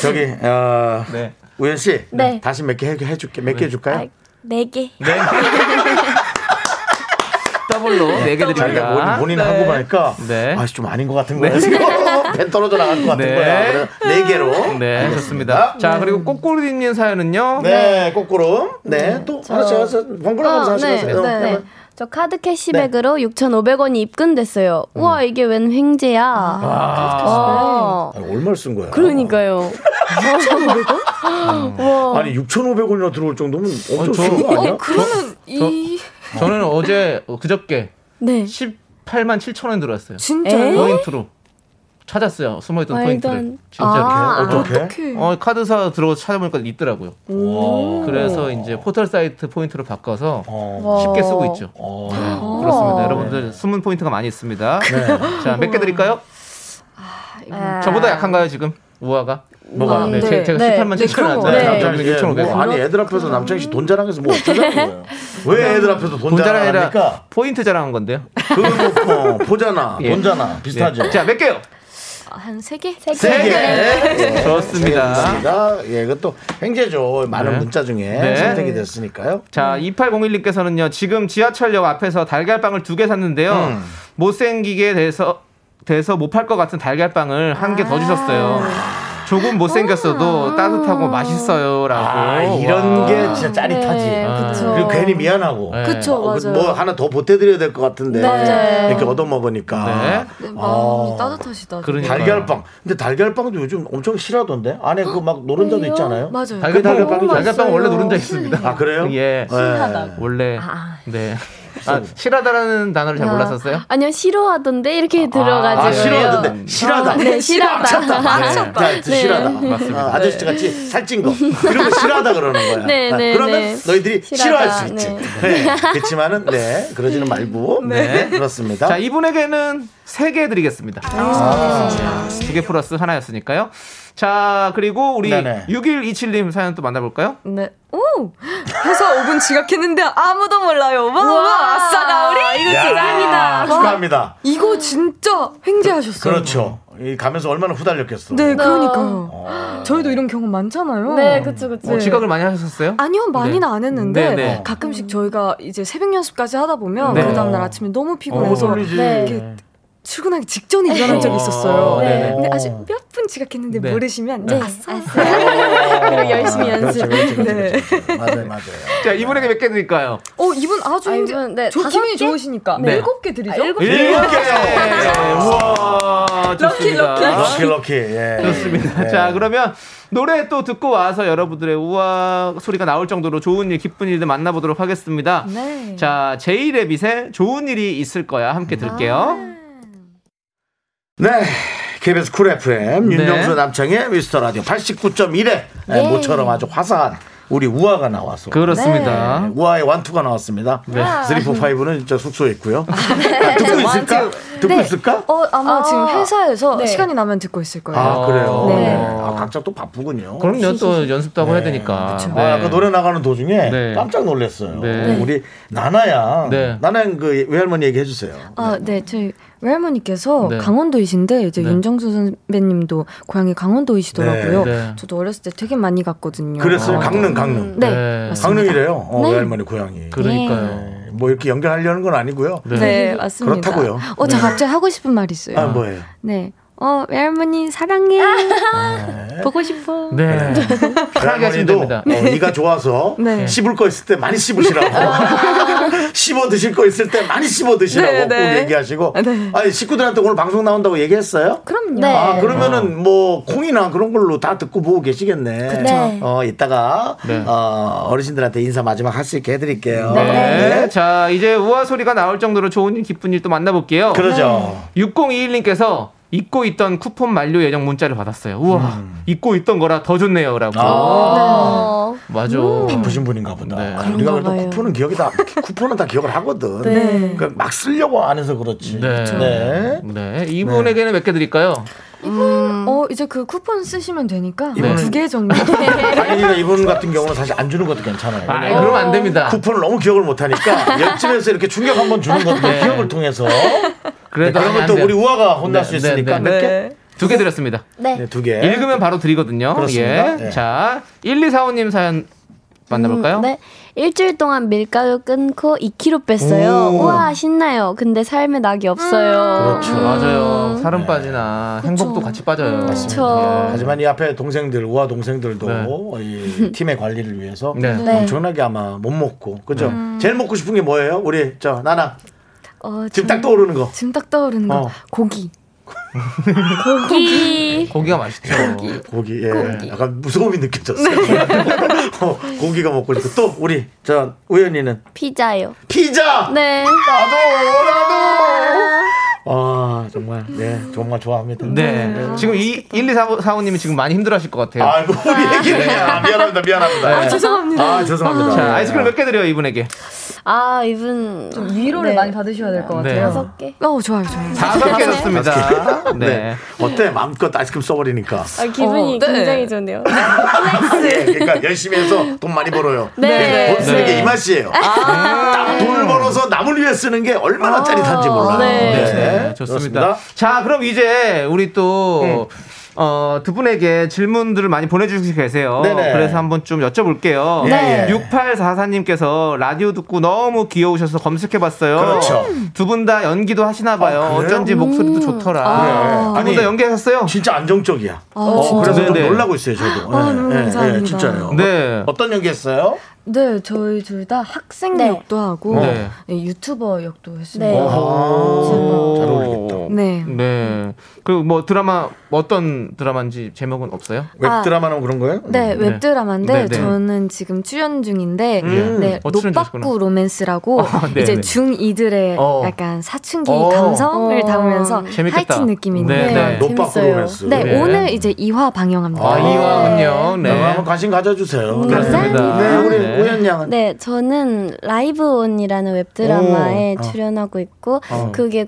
Speaker 2: 저기 어,
Speaker 3: 네.
Speaker 2: 우연 씨,
Speaker 8: 네.
Speaker 2: 다시 몇 개 해줄게, 몇 개 해줄까요?
Speaker 8: 아, 네 개.
Speaker 2: 네.
Speaker 3: 더블로 네 개
Speaker 2: 자기가
Speaker 3: 드립니다.
Speaker 2: 본인, 본인 하고 보니까
Speaker 3: 네.
Speaker 2: 아, 좀 아닌 것 같은 거예요. 배 떨어져 나갈 것 같은
Speaker 3: 네.
Speaker 2: 거야. 그래서 네 개로.
Speaker 3: 네, 좋습니다. 자, 그리고 꼬꼬리님 사연은요.
Speaker 2: 네, 거꾸로. 네, 또 하나씩 하나씩 번갈아가면서 하나씩 하세요. 네.
Speaker 8: 네. 저 카드 캐시백으로 6,500원이 입금됐어요.
Speaker 2: 음.
Speaker 8: 우와 이게 웬 횡재야.
Speaker 3: 아,
Speaker 8: 어.
Speaker 9: 아,
Speaker 2: 아, 얼마를 쓴 거야?
Speaker 8: 그러니까요.
Speaker 2: 아니, 6,500원이나 들어올 정도면 엄청
Speaker 3: 저-
Speaker 2: 쓴거 아니야?
Speaker 9: 어, 그러면 이
Speaker 3: 저는 어제 어, 그저께
Speaker 8: 네.
Speaker 3: 18만 7천 원 들어왔어요.
Speaker 8: 에?
Speaker 9: 진짜요?
Speaker 3: 포인트로 찾았어요. 숨어있던
Speaker 8: 말도 안-
Speaker 3: 포인트를. 진짜
Speaker 8: 아,
Speaker 2: 어떻게?
Speaker 9: 어떡해.
Speaker 3: 어, 카드사 들어 찾아보니까 있더라고요. 그래서 이제 포털 사이트 포인트로 바꿔서
Speaker 2: 어.
Speaker 8: 와.
Speaker 3: 쉽게 쓰고 있죠.
Speaker 2: 어.
Speaker 3: 그렇습니다. 여러분들 숨은 포인트가 많이 있습니다. 자, 몇 개 드릴까요?
Speaker 8: 아, 음.
Speaker 3: 저보다 약한가요, 지금? 우아가?
Speaker 2: 뭐가?
Speaker 3: 네,
Speaker 9: 아. 네.
Speaker 3: 제- 제가
Speaker 8: 네.
Speaker 3: 18만 7천 원
Speaker 9: 그럼. 뭐,
Speaker 2: 네,
Speaker 3: 네.
Speaker 2: 남창희 씨,
Speaker 3: 저는 6,500.
Speaker 2: 뭐, 아니 애들 앞에서 남창희 씨 돈 자랑해서 뭐 어쩌자는 거예요?
Speaker 3: 네.
Speaker 2: 왜 애들 앞에서 돈
Speaker 3: 돈 자랑해라.
Speaker 2: 자랑합니까?
Speaker 3: 포인트 자랑한 건데요.
Speaker 2: 그거 뭐, 어, 포잖아,
Speaker 3: 예.
Speaker 2: 돈 자나 비슷하죠.
Speaker 3: 네. 자, 몇 개요?
Speaker 8: 한 세 개? 세
Speaker 2: 세 개. 예,
Speaker 3: 좋습니다.
Speaker 2: 세 개입니다. 예, 그것도 행제죠. 많은
Speaker 3: 네.
Speaker 2: 문자 중에
Speaker 3: 네.
Speaker 2: 선택이 됐으니까요.
Speaker 3: 자, 2801님께서는요, 지금 지하철역 앞에서 달걀빵을 두 개 샀는데요,
Speaker 2: 음.
Speaker 3: 못생기게 돼서, 돼서 못 팔 것 같은 달걀빵을 한
Speaker 9: 아.
Speaker 3: 개 더 주셨어요. 조금 못생겼어도 따뜻하고 맛있어요. 라고.
Speaker 2: 아, 이런
Speaker 3: 와.
Speaker 2: 게 진짜 짜릿하지.
Speaker 8: 네.
Speaker 2: 아.
Speaker 8: 그쵸.
Speaker 2: 그리고 괜히 미안하고.
Speaker 3: 네.
Speaker 9: 그쵸,
Speaker 2: 어, 그
Speaker 9: 맞아요.
Speaker 2: 뭐 하나 더 보태드려야 될 것 같은데
Speaker 8: 네. 맞아요.
Speaker 2: 이렇게 얻어먹으니까
Speaker 9: 네,
Speaker 2: 아.
Speaker 9: 마음이 따뜻하시다.
Speaker 3: 그러니까.
Speaker 2: 달걀빵 근데 달걀빵도 요즘 엄청 싫어하던데 안에 그 막 노른자도 있잖아요
Speaker 3: 그
Speaker 9: 맞아요.
Speaker 3: 달걀,
Speaker 2: 그 달걀
Speaker 3: 달걀빵,
Speaker 2: 빵이죠.
Speaker 3: 달걀빵 원래 노른자 있습니다.
Speaker 2: 아 그래요?
Speaker 3: 예.
Speaker 2: 신하다
Speaker 3: 원래. 네. 아, 싫어하다라는 단어를 잘 몰랐었어요?
Speaker 8: 아니요 싫어하던데 이렇게 들어가지고.
Speaker 2: 아
Speaker 3: 네.
Speaker 2: 싫어하던데
Speaker 9: 아,
Speaker 2: 싫어하다
Speaker 8: 네, 싫어하다.
Speaker 2: 싫어하다 네. 네. 싫어하다 아, 저씨 같이 살찐 거 그런 거 싫어하다 그러는 거야
Speaker 8: 네,
Speaker 2: 아,
Speaker 8: 네,
Speaker 2: 그러면
Speaker 8: 네.
Speaker 2: 너희들이 싫어할
Speaker 8: 싫어하다,
Speaker 2: 수 있지
Speaker 8: 네.
Speaker 2: 네. 그렇지만은 네 그러지는 말고 네, 그렇습니다
Speaker 3: 자, 이분에게는 세 개 드리겠습니다. 아, 두 개 플러스 하나였으니까요. 자, 그리고 우리
Speaker 2: 네네.
Speaker 3: 6127님 사연 또 만나볼까요?
Speaker 9: 네. 오! 회사 5분 지각했는데 아무도 몰라요. 와, 와, 아싸, 가오리! 어?
Speaker 2: 이거 진짜 짱이다. 축하합니다.
Speaker 9: 이거 진짜 횡재하셨어요.
Speaker 2: 그렇죠.
Speaker 6: 이 가면서 얼마나 후달렸겠어.
Speaker 9: 네, 그러니까요. 저희도 이런 경험 많잖아요.
Speaker 8: 그렇죠. 네, 그쵸, 그쵸.
Speaker 3: 어, 지각을 많이 하셨어요?
Speaker 9: 아니요, 많이는
Speaker 3: 네.
Speaker 9: 안 했는데
Speaker 3: 네, 네.
Speaker 9: 가끔씩 저희가 이제 새벽 연습까지 하다 보면
Speaker 3: 네.
Speaker 9: 그 다음날 아침에 너무 피곤해서
Speaker 3: 어,
Speaker 6: 졸리지.
Speaker 9: 이렇게 출근하기 직전에 일어난 적이 있었어요.
Speaker 6: 아, 네.
Speaker 9: 근데 아직 몇 분 지각했는데
Speaker 6: 네.
Speaker 9: 모르시면
Speaker 8: 네.
Speaker 9: 아싸.
Speaker 3: 예.
Speaker 6: 어.
Speaker 8: 그리고 열심히
Speaker 6: 그렇죠,
Speaker 8: 연습.
Speaker 9: 네.
Speaker 6: 맞아요, 맞아요.
Speaker 3: 자, 이분에게 몇 개 드릴까요?
Speaker 9: 어, 이분 아주
Speaker 8: 아,
Speaker 9: 힘들-
Speaker 8: 이분, 네,
Speaker 9: 저
Speaker 8: 다섯
Speaker 9: 기분이
Speaker 8: 개? 아,
Speaker 9: 좋으시니까
Speaker 3: 네.
Speaker 9: 일곱 개 드리죠.
Speaker 8: 일곱
Speaker 3: 일곱 개! 우와, 좋습니다.
Speaker 6: 럭키 럭키. 예.
Speaker 3: 좋습니다.
Speaker 9: 네.
Speaker 6: 예.
Speaker 3: 자, 그러면 노래 또 듣고 와서 여러분들의 우와 소리가 나올 정도로 좋은 일, 기쁜 일들 만나보도록 하겠습니다.
Speaker 9: 네.
Speaker 3: 자, 제이레빗의 좋은 일이 있을 거야. 함께 들을게요.
Speaker 6: 네. KBS 쿨 FM
Speaker 3: 네.
Speaker 6: 윤정수 남창의 미스터 라디오 89.1에
Speaker 8: 예.
Speaker 6: 모처럼 아주 화사한 우리 우아가 나와서
Speaker 3: 그렇습니다.
Speaker 6: 네, 우아의 원투가 나왔습니다. 네. 345는 진짜 숙소에 있고요. 아, 듣고 있을까? 듣고 있을까?
Speaker 9: 어, 아마
Speaker 8: 아,
Speaker 9: 지금 회사에서
Speaker 8: 네.
Speaker 9: 시간이 나면 듣고 있을 거예요.
Speaker 6: 아 그래요.
Speaker 9: 네.
Speaker 6: 네. 아, 각자 또 바쁘군요.
Speaker 3: 어. 그럼요, 또 연습도 하고 해야
Speaker 9: 네.
Speaker 3: 되니까.
Speaker 6: 아, 아까 노래 나가는 도중에
Speaker 3: 네.
Speaker 6: 깜짝 놀랐어요.
Speaker 3: 네.
Speaker 6: 우리 나나양,
Speaker 3: 네.
Speaker 6: 나나양 그 외할머니 얘기해 주세요.
Speaker 9: 아, 네. 저희 외할머니께서
Speaker 3: 네.
Speaker 9: 강원도이신데 이제
Speaker 3: 네.
Speaker 9: 윤정수 선배님도 고향이 강원도이시더라고요.
Speaker 3: 네, 네.
Speaker 9: 저도 어렸을 때 되게 많이 갔거든요.
Speaker 6: 그랬어요.
Speaker 3: 아,
Speaker 6: 강릉, 강릉.
Speaker 9: 네.
Speaker 3: 네.
Speaker 9: 맞습니다.
Speaker 6: 강릉이래요. 어,
Speaker 9: 네.
Speaker 6: 외할머니 고향이.
Speaker 3: 그러니까요.
Speaker 6: 네, 뭐 이렇게 연결하려는 건 아니고요.
Speaker 9: 네, 맞습니다.
Speaker 6: 그렇다고요.
Speaker 8: 아.
Speaker 9: 어, 저 갑자기 하고 싶은 말 있어요.
Speaker 6: 아 뭐예요?
Speaker 9: 네. 어, 외할머니 사랑해. 보고 싶어.
Speaker 3: 네. 편하게 하시면
Speaker 6: 할머니도
Speaker 3: 됩니다.
Speaker 6: 어, 이가 좋아서
Speaker 9: 네.
Speaker 6: 씹을 거 있을 때 많이 씹으시라고 씹어 드실 거 있을 때 많이 씹어 드시라고
Speaker 9: 네, 네.
Speaker 6: 꼭 얘기하시고
Speaker 9: 네.
Speaker 6: 아니 식구들한테 오늘 방송 나온다고 얘기했어요?
Speaker 9: 그럼요.
Speaker 8: 네.
Speaker 6: 아 그러면은 뭐 콩이나 그런 걸로 다 듣고 보고 계시겠네.
Speaker 8: 그쵸.
Speaker 6: 어 이따가
Speaker 3: 네.
Speaker 6: 어, 어르신들한테 인사 마지막 할 수 있게 해드릴게요.
Speaker 3: 네. 자, 이제 우아 소리가 나올 정도로 좋은 일, 기쁜 일 또 만나볼게요.
Speaker 9: 네.
Speaker 6: 그러죠.
Speaker 3: 6021님께서 잊고 있던 쿠폰 만료 예정 문자를 받았어요. 우와,
Speaker 6: 음.
Speaker 3: 잊고 있던 거라 더 좋네요라고.
Speaker 8: 어.
Speaker 3: 맞아.
Speaker 6: 아. 바쁘신 분인가 보다.
Speaker 3: 네.
Speaker 6: 우리가
Speaker 9: 그런가
Speaker 6: 그래도
Speaker 9: 봐요.
Speaker 6: 쿠폰은 기억이 다 쿠폰은 다 기억을 하거든.
Speaker 9: 네.
Speaker 6: 그러니까 막 쓰려고 안 해서 그렇지.
Speaker 3: 네.
Speaker 6: 네.
Speaker 3: 네. 이분에게는 몇 개 드릴까요? 음.
Speaker 9: 어, 이제 그 쿠폰 쓰시면 되니까
Speaker 3: 네.
Speaker 6: 이거는-
Speaker 9: 두 개 정도.
Speaker 6: 다니가 이분 같은 경우는 사실 안 주는 것도 괜찮아요. 네.
Speaker 3: 아,
Speaker 6: 왜냐면
Speaker 3: 그러면 안 됩니다.
Speaker 6: 쿠폰을 너무 기억을 못하니까 옆집에서 이렇게 충격 한번 주는 것도
Speaker 3: 네.
Speaker 6: 기억을 통해서 네,
Speaker 3: 그래도
Speaker 6: 그런
Speaker 3: 아니, 안
Speaker 6: 것도
Speaker 3: 돼요.
Speaker 6: 우리 우아가 혼날
Speaker 3: 네,
Speaker 6: 수 있으니까
Speaker 3: 네, 네,
Speaker 6: 몇 개?
Speaker 9: 네.
Speaker 3: 두 개 드렸습니다.
Speaker 8: 네.
Speaker 6: 네, 두 개.
Speaker 3: 읽으면 바로 드리거든요.
Speaker 6: 그렇습니다.
Speaker 3: 예.
Speaker 6: 네.
Speaker 3: 자, 1245님 사연 만나볼까요?
Speaker 8: 음, 네. 일주일 동안 밀가루 끊고 2kg 뺐어요.
Speaker 6: 오.
Speaker 8: 우와, 신나요. 근데 삶에 낙이
Speaker 9: 음.
Speaker 8: 없어요.
Speaker 3: 그렇죠. 맞아요. 살은
Speaker 6: 네.
Speaker 3: 빠지나 행복도 같이 빠져요.
Speaker 8: 그쵸.
Speaker 3: 예.
Speaker 6: 하지만 이 앞에 동생들 우아 동생들도
Speaker 3: 네.
Speaker 6: 이 팀의 관리를 위해서
Speaker 3: 네. 음.
Speaker 8: 네.
Speaker 6: 엄청나게 아마 못 먹고 그죠? 제일 먹고 싶은 게 뭐예요? 우리 저 나나
Speaker 9: 어,
Speaker 6: 지금
Speaker 9: 전-
Speaker 6: 딱 떠오르는 거.
Speaker 9: 지금 딱
Speaker 3: 음.
Speaker 9: 떠오르는 거.
Speaker 6: 어.
Speaker 9: 고기.
Speaker 8: 고기.
Speaker 3: 고기가 맛있죠.
Speaker 6: 고기, 예. 약간 무서움이 느껴졌어요.
Speaker 3: 네.
Speaker 6: 어, 고기가 먹고 싶고 또 우리 저 우연이는
Speaker 8: 피자요.
Speaker 6: 피자.
Speaker 8: 네.
Speaker 6: 나도 나도. 아 정말 네 정말 좋아합니다.
Speaker 3: 네. 지금 이 1245님이 지금 많이 힘들어하실 것 같아요.
Speaker 6: 아이고 우리 얘기를 해. 아, 미안합니다 미안합니다. 아
Speaker 9: 죄송합니다.
Speaker 6: 죄송합니다.
Speaker 3: 자, 아이스크림 몇 개 드려요, 이분에게?
Speaker 8: 아, 이분.
Speaker 9: 위로를
Speaker 8: 네.
Speaker 9: 많이 받으셔야 될 것
Speaker 3: 네.
Speaker 9: 같아요.
Speaker 8: 다섯 개.
Speaker 9: 어, 좋아요, 좋아요.
Speaker 3: 다섯 개 줬습니다.
Speaker 6: 네.
Speaker 3: 네.
Speaker 6: 어때 마음껏 아이스크림 써버리니까.
Speaker 8: 아, 기분이
Speaker 9: 어, 네.
Speaker 8: 굉장히 좋네요.
Speaker 6: 네, 그러니까 열심히 해서 돈 많이 벌어요.
Speaker 8: 네.
Speaker 6: 네, 돈
Speaker 3: 네.
Speaker 6: 쓰는 게 이 맛이에요. 딱 돈을 벌어서 남을 위해 쓰는 게 얼마나 짜릿한지 몰라.
Speaker 8: 네.
Speaker 3: 네, 좋습니다. 자, 그럼 이제 우리
Speaker 6: 네.
Speaker 3: 또 어, 두 분에게 질문들을 많이 보내주시고 계세요.
Speaker 6: 네네.
Speaker 3: 그래서 한번 좀 여쭤볼게요.
Speaker 6: 네.
Speaker 3: 6844님께서 라디오 듣고 너무 귀여우셔서 검색해봤어요.
Speaker 6: 그렇죠.
Speaker 3: 두 분 다 연기도 하시나봐요.
Speaker 6: 아, 그래요?
Speaker 3: 어쩐지 목소리도 좋더라.
Speaker 6: 아.
Speaker 3: 두 분 다
Speaker 6: 아니,
Speaker 3: 연기하셨어요?
Speaker 6: 진짜 안정적이야. 어,
Speaker 9: 아, 진짜?
Speaker 6: 그래서 좀
Speaker 3: 네네.
Speaker 6: 놀라고 있어요, 저도. 네,
Speaker 9: 아, 너무 감사합니다.
Speaker 6: 진짜요.
Speaker 3: 네.
Speaker 6: 어떤 연기 했어요?
Speaker 9: 네, 저희 둘 다 학생
Speaker 8: 네.
Speaker 9: 역도
Speaker 6: 어.
Speaker 9: 하고
Speaker 3: 네.
Speaker 9: 네, 유튜버 역도
Speaker 8: 네.
Speaker 3: 어.
Speaker 9: 했습니다.
Speaker 3: 오.
Speaker 6: 잘 어울리겠다.
Speaker 9: 아, 네.
Speaker 3: 네. 그리고 뭐 드라마, 어떤 드라마인지 제목은 없어요?
Speaker 6: 웹드라마나 그런 거예요?
Speaker 9: 네, 웹드라마인데
Speaker 3: 네, 네.
Speaker 9: 저는 지금 출연 중인데
Speaker 3: 음.
Speaker 9: 네,
Speaker 3: 어, 출연 중이시구나.
Speaker 9: 노박구 로맨스라고
Speaker 3: 아, 네,
Speaker 9: 이제
Speaker 3: 네.
Speaker 9: 중2들의
Speaker 3: 어.
Speaker 9: 약간 사춘기
Speaker 3: 어.
Speaker 9: 감성을
Speaker 8: 어.
Speaker 9: 담으면서
Speaker 3: 재밌겠다.
Speaker 9: 하이틴 느낌인데
Speaker 3: 네, 네.
Speaker 6: 노박
Speaker 8: 재밌어요.
Speaker 6: 로맨스.
Speaker 9: 네,
Speaker 3: 네.
Speaker 9: 오늘 이제 2화 방영합니다.
Speaker 3: 아,
Speaker 6: 네.
Speaker 3: 이화군요. 네.
Speaker 6: 네. 한번 관심 가져주세요.
Speaker 3: 그렇습니다.
Speaker 6: 네, 우리
Speaker 3: 네.
Speaker 6: 우연 양은.
Speaker 8: 네, 저는
Speaker 6: 어.
Speaker 8: 라이브 온이라는 웹드라마에 출연하고 있고 그게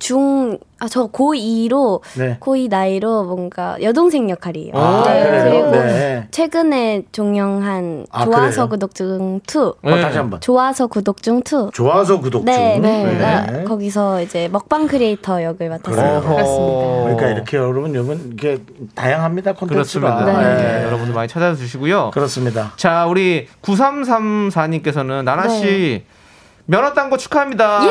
Speaker 8: 중 아, 저 고2로,
Speaker 6: 네.
Speaker 8: 고2 나이로 뭔가 여동생 역할이에요.
Speaker 6: 아, 그래요?
Speaker 8: 그리고
Speaker 6: 네.
Speaker 8: 최근에 종영한
Speaker 6: 아,
Speaker 8: 좋아서
Speaker 6: 그래요?
Speaker 8: 구독중 2.
Speaker 3: 네.
Speaker 6: 어, 다시 한번.
Speaker 8: 좋아서 구독중 2.
Speaker 6: 좋아서 구독 중.
Speaker 8: 네, 네.
Speaker 6: 네.
Speaker 8: 나 거기서 이제 먹방 크리에이터 역을 맡았어요.
Speaker 6: 그러니까 이렇게 여러분 여러분 이게 다양합니다 콘텐츠가.
Speaker 3: 어. 그렇습니다. 네, 여러분들 많이 찾아주시고요.
Speaker 6: 그렇습니다.
Speaker 3: 자, 우리 9334님께서는 나나
Speaker 6: 네.
Speaker 3: 씨 면허 딴 거
Speaker 9: 예!
Speaker 3: 축하합니다라고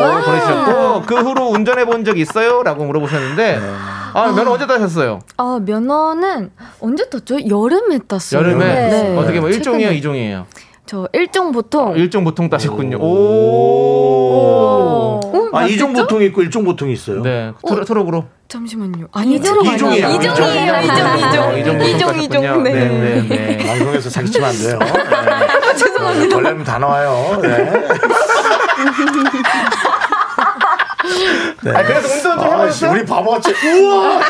Speaker 6: 와!
Speaker 3: 보내주셨고 그 후로 운전해 본 적 있어요?라고 물어보셨는데 아 면허 언제 따셨어요?
Speaker 9: 아, 면허는 언제 땄죠? 여름에 땄어요. 네.
Speaker 3: 여름에 어떻게 뭐
Speaker 9: 최근에.
Speaker 3: 일종이에요, 이종이에요?
Speaker 9: 저 일종 보통.
Speaker 3: 일종 보통 따셨군요. 오.
Speaker 6: 아 이종 보통 있고 일종 보통 있어요.
Speaker 3: 네. 트럭, 트럭으로.
Speaker 9: 잠시만요. 아니,
Speaker 6: 이종, 이종이야.
Speaker 9: 이종이에요.
Speaker 3: 아,
Speaker 9: 이종,
Speaker 3: 이종
Speaker 9: 이종.
Speaker 3: 보통
Speaker 9: 이종, 이종.
Speaker 3: 따셨군요.
Speaker 9: 네.
Speaker 3: 네, 네, 네.
Speaker 6: 방송에서 사기치면 안 돼요. 네.
Speaker 9: 죄송합니다.
Speaker 6: 원래는 다 나와요. 네. 네.
Speaker 3: 아, 그래서 운동 좀
Speaker 6: 아,
Speaker 3: 해보셨어요?
Speaker 6: 씨, 우리 바보같이 아, 우와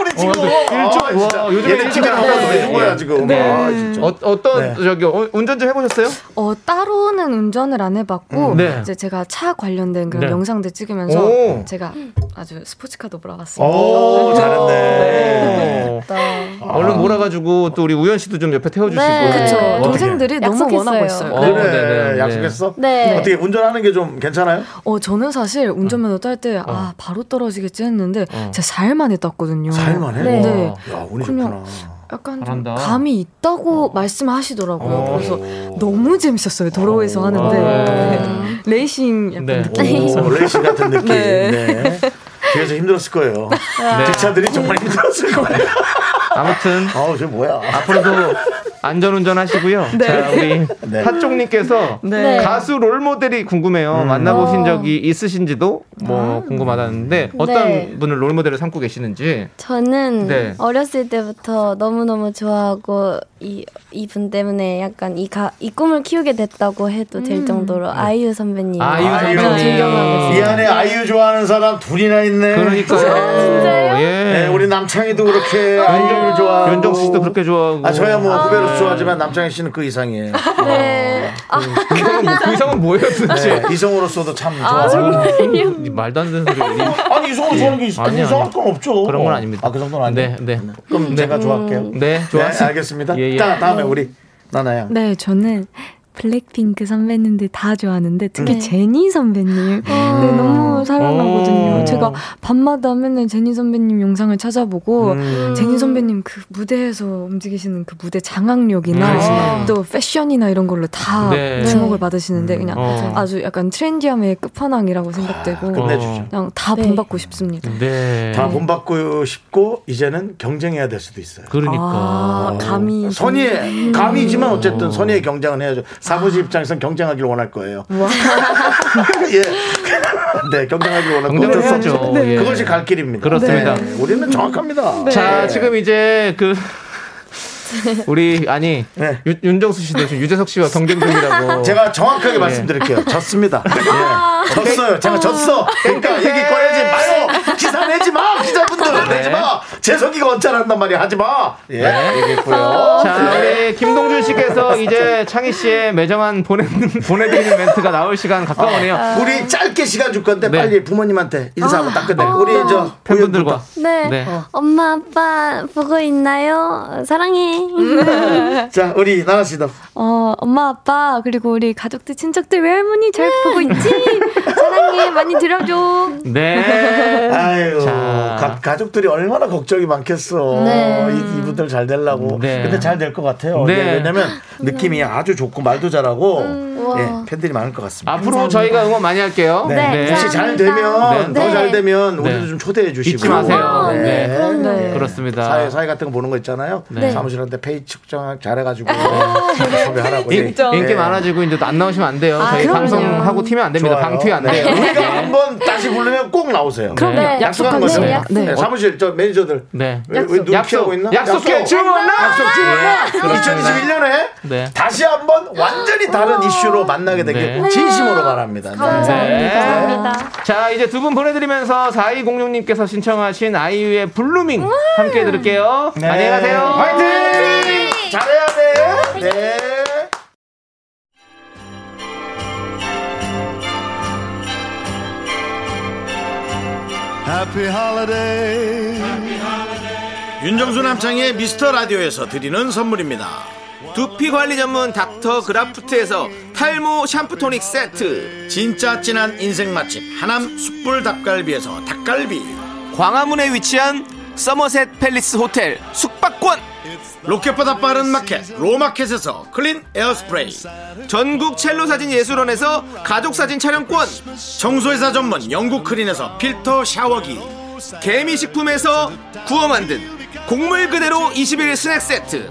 Speaker 6: 우리 지금
Speaker 3: 어,
Speaker 9: 뭐,
Speaker 3: 일종
Speaker 6: 와, 진짜.
Speaker 3: 와, 요즘에
Speaker 6: 어, 얘네 팀이
Speaker 3: 일종-
Speaker 6: 하고 있는 거야
Speaker 3: 예.
Speaker 6: 지금.
Speaker 3: 네.
Speaker 6: 아, 진짜.
Speaker 3: 어, 어떤
Speaker 6: 네.
Speaker 3: 저기 어, 운전 좀 해보셨어요?
Speaker 9: 어, 따로는 운전을 안 해봤고,
Speaker 3: 음, 네.
Speaker 9: 이제 제가 차 관련된 그런
Speaker 3: 네.
Speaker 9: 영상들 찍으면서
Speaker 3: 오. 어.
Speaker 9: 제가 아주 스포츠카도 몰아봤습니다.
Speaker 3: 오, 잘했네.
Speaker 9: 네.
Speaker 3: 어, 얼른 몰아가지고 또 우리 우연 씨도 좀 옆에 태워주시고.
Speaker 9: 네. 그쵸.
Speaker 3: 어떡해.
Speaker 9: 동생들이 너무
Speaker 8: 약속했어요.
Speaker 9: 원하고 있어요.
Speaker 3: 어,
Speaker 6: 그래
Speaker 3: 네, 네, 네.
Speaker 6: 약속했어?
Speaker 8: 네.
Speaker 6: 어떻게 운전하는 게 좀 괜찮아요?
Speaker 9: 어, 저는 사실 운전면허 딸 때,
Speaker 3: 어.
Speaker 9: 아, 바로 떨어지겠지 했는데, 제가 살 만에 땄거든요.
Speaker 6: 잘 만해.
Speaker 9: 네.
Speaker 3: 어.
Speaker 6: 와, 야 운이
Speaker 9: 그냥
Speaker 6: 좋구나.
Speaker 9: 약간 좀
Speaker 3: 잘한다.
Speaker 9: 감이 있다고 말씀하시더라고요.
Speaker 3: 어.
Speaker 9: 그래서 너무 재밌었어요. 도로에서 하는데.
Speaker 3: 네.
Speaker 9: 레이싱 약간
Speaker 3: 네.
Speaker 9: 느낌이.
Speaker 6: 오, 레이싱 같은 느낌.
Speaker 9: 네.
Speaker 6: 네. 뒤에서 힘들었을 거예요. 뒷차들이 어? 정말
Speaker 9: 네.
Speaker 6: 힘들었을 거예요.
Speaker 3: 네. 아무튼
Speaker 6: 아우, 저 뭐야.
Speaker 3: 앞으로도 안전 운전하시고요.
Speaker 9: 네.
Speaker 3: 자 우리
Speaker 6: 네.
Speaker 3: 핫종님께서
Speaker 9: 네.
Speaker 3: 가수 롤 모델이
Speaker 6: 음.
Speaker 3: 궁금해요. 만나보신 적이 있으신지도 뭐 궁금하다는데 어떤
Speaker 8: 네.
Speaker 3: 분을 롤 모델을 삼고 계시는지.
Speaker 8: 저는
Speaker 3: 네.
Speaker 8: 어렸을 때부터 너무너무 좋아하고 이 이분 때문에 약간 이 가 이 꿈을 키우게 됐다고 해도
Speaker 9: 음.
Speaker 8: 될 정도로 아이유 선배님
Speaker 3: 아이유
Speaker 8: 완전
Speaker 3: 선배님.
Speaker 8: 존경하고
Speaker 6: 이
Speaker 8: 있어요.
Speaker 6: 안에 아이유 좋아하는 사람 둘이나 있네.
Speaker 3: 그러니까요. 예.
Speaker 6: 네, 우리 남창희도 그렇게 아이유를 좋아하고.
Speaker 3: 어. 윤정수 씨도 그렇게 좋아하고.
Speaker 6: 아, 저야 뭐 후배로서 좋아하지만 남창희 씨는 그 이상이에요.
Speaker 8: 네.
Speaker 3: 그 이상은 뭐- 그 이상은 뭐예요, 도대체?
Speaker 6: 네, 이성으로서도 참 좋아.
Speaker 3: 아,
Speaker 6: 요
Speaker 3: 정말요? 말도 안 되는 소리.
Speaker 6: 아니, 이성으로 좋아하는 게 있-
Speaker 3: 아니,
Speaker 6: 이상할
Speaker 3: 아니.
Speaker 6: 건 없죠.
Speaker 3: 그런 건 아닙니다.
Speaker 6: 아, 그 정도는 아니에요.
Speaker 3: 네, 네.
Speaker 6: 그럼
Speaker 3: 네.
Speaker 6: 제가 좋아할게요.
Speaker 3: 네, 좋았어요.
Speaker 6: 알겠습니다.
Speaker 3: 예, 예.
Speaker 6: 다, 다음에 우리 나나야.
Speaker 9: 네, 저는 블랙핑크 선배님들 다 좋아하는데 특히
Speaker 8: 네.
Speaker 9: 제니
Speaker 3: 음.
Speaker 9: 선배님
Speaker 8: 어,
Speaker 9: 네, 너무 사랑하거든요.
Speaker 3: 오. 음,
Speaker 9: 제가 밤마다 맨날 제니 선배님 영상을 찾아보고 제니 선배님 그 무대에서 움직이시는 그 무대 장악력이나
Speaker 3: 음.
Speaker 9: 또 패션이나 이런 걸로 다
Speaker 3: 네.
Speaker 9: 주목을 받으시는데 그냥
Speaker 3: 어.
Speaker 9: 아, 아주 약간 트렌디함의 끝판왕이라고
Speaker 3: 아.
Speaker 6: 네.
Speaker 9: 생각되고
Speaker 6: 끝내주죠.
Speaker 9: 그냥 다
Speaker 8: 네.
Speaker 9: 본받고 싶습니다.
Speaker 3: 네.
Speaker 6: 다 본받고 싶고 이제는 경쟁해야 될 수도 있어요.
Speaker 3: 그러니까.
Speaker 9: 아, 감히 음.
Speaker 6: 선의의 감이지만 어쨌든 선의의 경쟁은 해야죠. 사무실
Speaker 9: 아.
Speaker 6: 입장에선 경쟁하기를 원할 거예요. 예. 네, 경쟁하기를 원할 거예요.
Speaker 3: 경쟁을
Speaker 6: 어쩔 수 없죠.
Speaker 3: 해야죠. 네.
Speaker 6: 그것이 갈 길입니다.
Speaker 3: 그렇습니다.
Speaker 6: 네, 우리는 정확합니다.
Speaker 9: 네.
Speaker 3: 자, 지금 이제 그 우리 아니
Speaker 6: 네.
Speaker 3: 유- 윤정수 씨도 지금 유재석 씨와 경쟁 중이라고.
Speaker 6: 제가
Speaker 3: 네.
Speaker 6: 정확하게 말씀드릴게요. 졌습니다.
Speaker 9: 아.
Speaker 6: 예. 졌어요. 제가 졌어. 그러니까 얘기 꺼내지 마요. 기사 내지 마. 기자분들
Speaker 3: 네.
Speaker 6: 내지 마. 재석이가 언짢았단 말이야. 하지 마. 예. 얘기했고요.
Speaker 3: 자, 우리 김동준 씨께서 이제 창희 씨의 매정한 보내 보내드리는 멘트가 나올 시간 가까우네요.
Speaker 2: 아.
Speaker 6: 우리 짧게 시간 줄 건데
Speaker 3: 네.
Speaker 6: 빨리 부모님한테 인사하고
Speaker 9: 아.
Speaker 6: 딱 끝내. 우리 저
Speaker 3: 팬분들과
Speaker 8: 네.
Speaker 3: 네.
Speaker 9: 어.
Speaker 8: 엄마 아빠 보고 있나요? 사랑해.
Speaker 6: 자 우리 나나 씨도
Speaker 9: 어, 엄마, 아빠, 그리고 우리 가족들, 친척들, 외할머니
Speaker 8: 음.
Speaker 9: 잘 보고 있지? 사랑해, 많이 들어줘.
Speaker 3: 네.
Speaker 6: 아유
Speaker 3: 자.
Speaker 6: 가, 가족들이 얼마나 걱정이 많겠어
Speaker 8: 네.
Speaker 6: 이, 분들잘 되려고
Speaker 3: 네.
Speaker 6: 근데 잘 될 것 같아요
Speaker 3: 네.
Speaker 6: 예, 왜냐면 느낌이 아주 좋고 말도 잘하고
Speaker 9: 음,
Speaker 8: 우와.
Speaker 6: 예, 팬들이 많을 것 같습니다
Speaker 3: 앞으로 저희가 응원 많이 할게요.
Speaker 6: 네.
Speaker 8: 네,
Speaker 6: 혹시 잘 되면
Speaker 8: 감사합니다. 네.
Speaker 6: 더 잘 되면
Speaker 3: 네.
Speaker 6: 우리도 좀 초대해 주시고 아,
Speaker 3: 잊지 마세요.
Speaker 8: 네,
Speaker 3: 네.
Speaker 8: 그럼요.
Speaker 9: 네.
Speaker 3: 그렇습니다.
Speaker 6: 사회 사회 같은 거 보는 거 있잖아요
Speaker 3: 네. 아,
Speaker 6: 사무실한테 페이 측정 잘해가지고
Speaker 2: 네.
Speaker 6: 섭외하라고 예.
Speaker 9: 진짜.
Speaker 3: 인기
Speaker 6: 예.
Speaker 3: 많아지고 이제 안 나오시면 안 돼요. 저희
Speaker 9: 그럼요.
Speaker 3: 방송하고 튀면 안 됩니다.
Speaker 6: 좋아요.
Speaker 3: 방튀 안
Speaker 6: 네.
Speaker 3: 돼요.
Speaker 6: 우리가 한번 다시 부르면 꼭 나오세요.
Speaker 3: 그럼요.
Speaker 8: 네.
Speaker 6: 약속한
Speaker 8: 약속한
Speaker 6: 거죠.
Speaker 8: 거예요.
Speaker 6: 네,
Speaker 9: 네.
Speaker 6: 사무실 저 매니저들.
Speaker 3: 네.
Speaker 6: 왜, 왜 눈 피하고 있나?
Speaker 3: 약속해 주원아.
Speaker 6: 약속 주문나.
Speaker 3: 그렇습니다.
Speaker 6: 2021년에
Speaker 3: 네.
Speaker 6: 다시 한번 완전히 다른 이슈로 만나게 되길
Speaker 3: 아. 네.
Speaker 6: 진심으로 바랍니다. 네.
Speaker 3: 네.
Speaker 8: 감사합니다.
Speaker 3: 자 이제 두 분 보내드리면서 4206님께서 신청하신 아이유의 블루밍 함께 들을게요.
Speaker 6: 네.
Speaker 3: 안녕히 가세요.
Speaker 6: 화이팅! 잘해야 돼. 네.
Speaker 2: Happy Holiday. 윤정수 남창의 미스터 라디오에서 드리는 선물입니다.
Speaker 3: 두피 관리 전문 닥터 그라프트에서 탈모 샴푸 토닉 세트.
Speaker 2: 진짜 진한 인생 맛집 하남 숯불 닭갈비에서 닭갈비.
Speaker 3: 광화문에 위치한 서머셋 팰리스 호텔 숙박권.
Speaker 2: 로켓보다 빠른 마켓 로마켓에서 클린 에어스프레이.
Speaker 3: 전국 첼로 사진 예술원에서 가족 사진 촬영권.
Speaker 2: 청소회사 전문 영국 크린에서 필터 샤워기.
Speaker 3: 개미 식품에서 구워 만든 곡물 그대로 21 스낵 세트.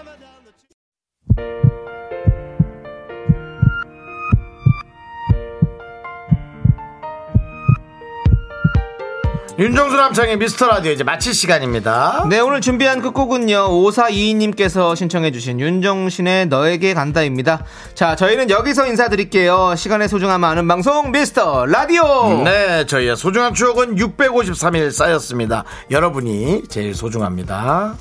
Speaker 2: 윤정수 남창의 미스터 라디오 이제 마칠 시간입니다.
Speaker 3: 네, 오늘 준비한 끝곡은요. 5422님께서 신청해주신 윤정신의 너에게 간다입니다. 자, 저희는 여기서 인사드릴게요. 시간의 소중함 아는 방송, 미스터 라디오!
Speaker 2: 네, 저희의 소중한 추억은 653일 쌓였습니다. 여러분이 제일 소중합니다.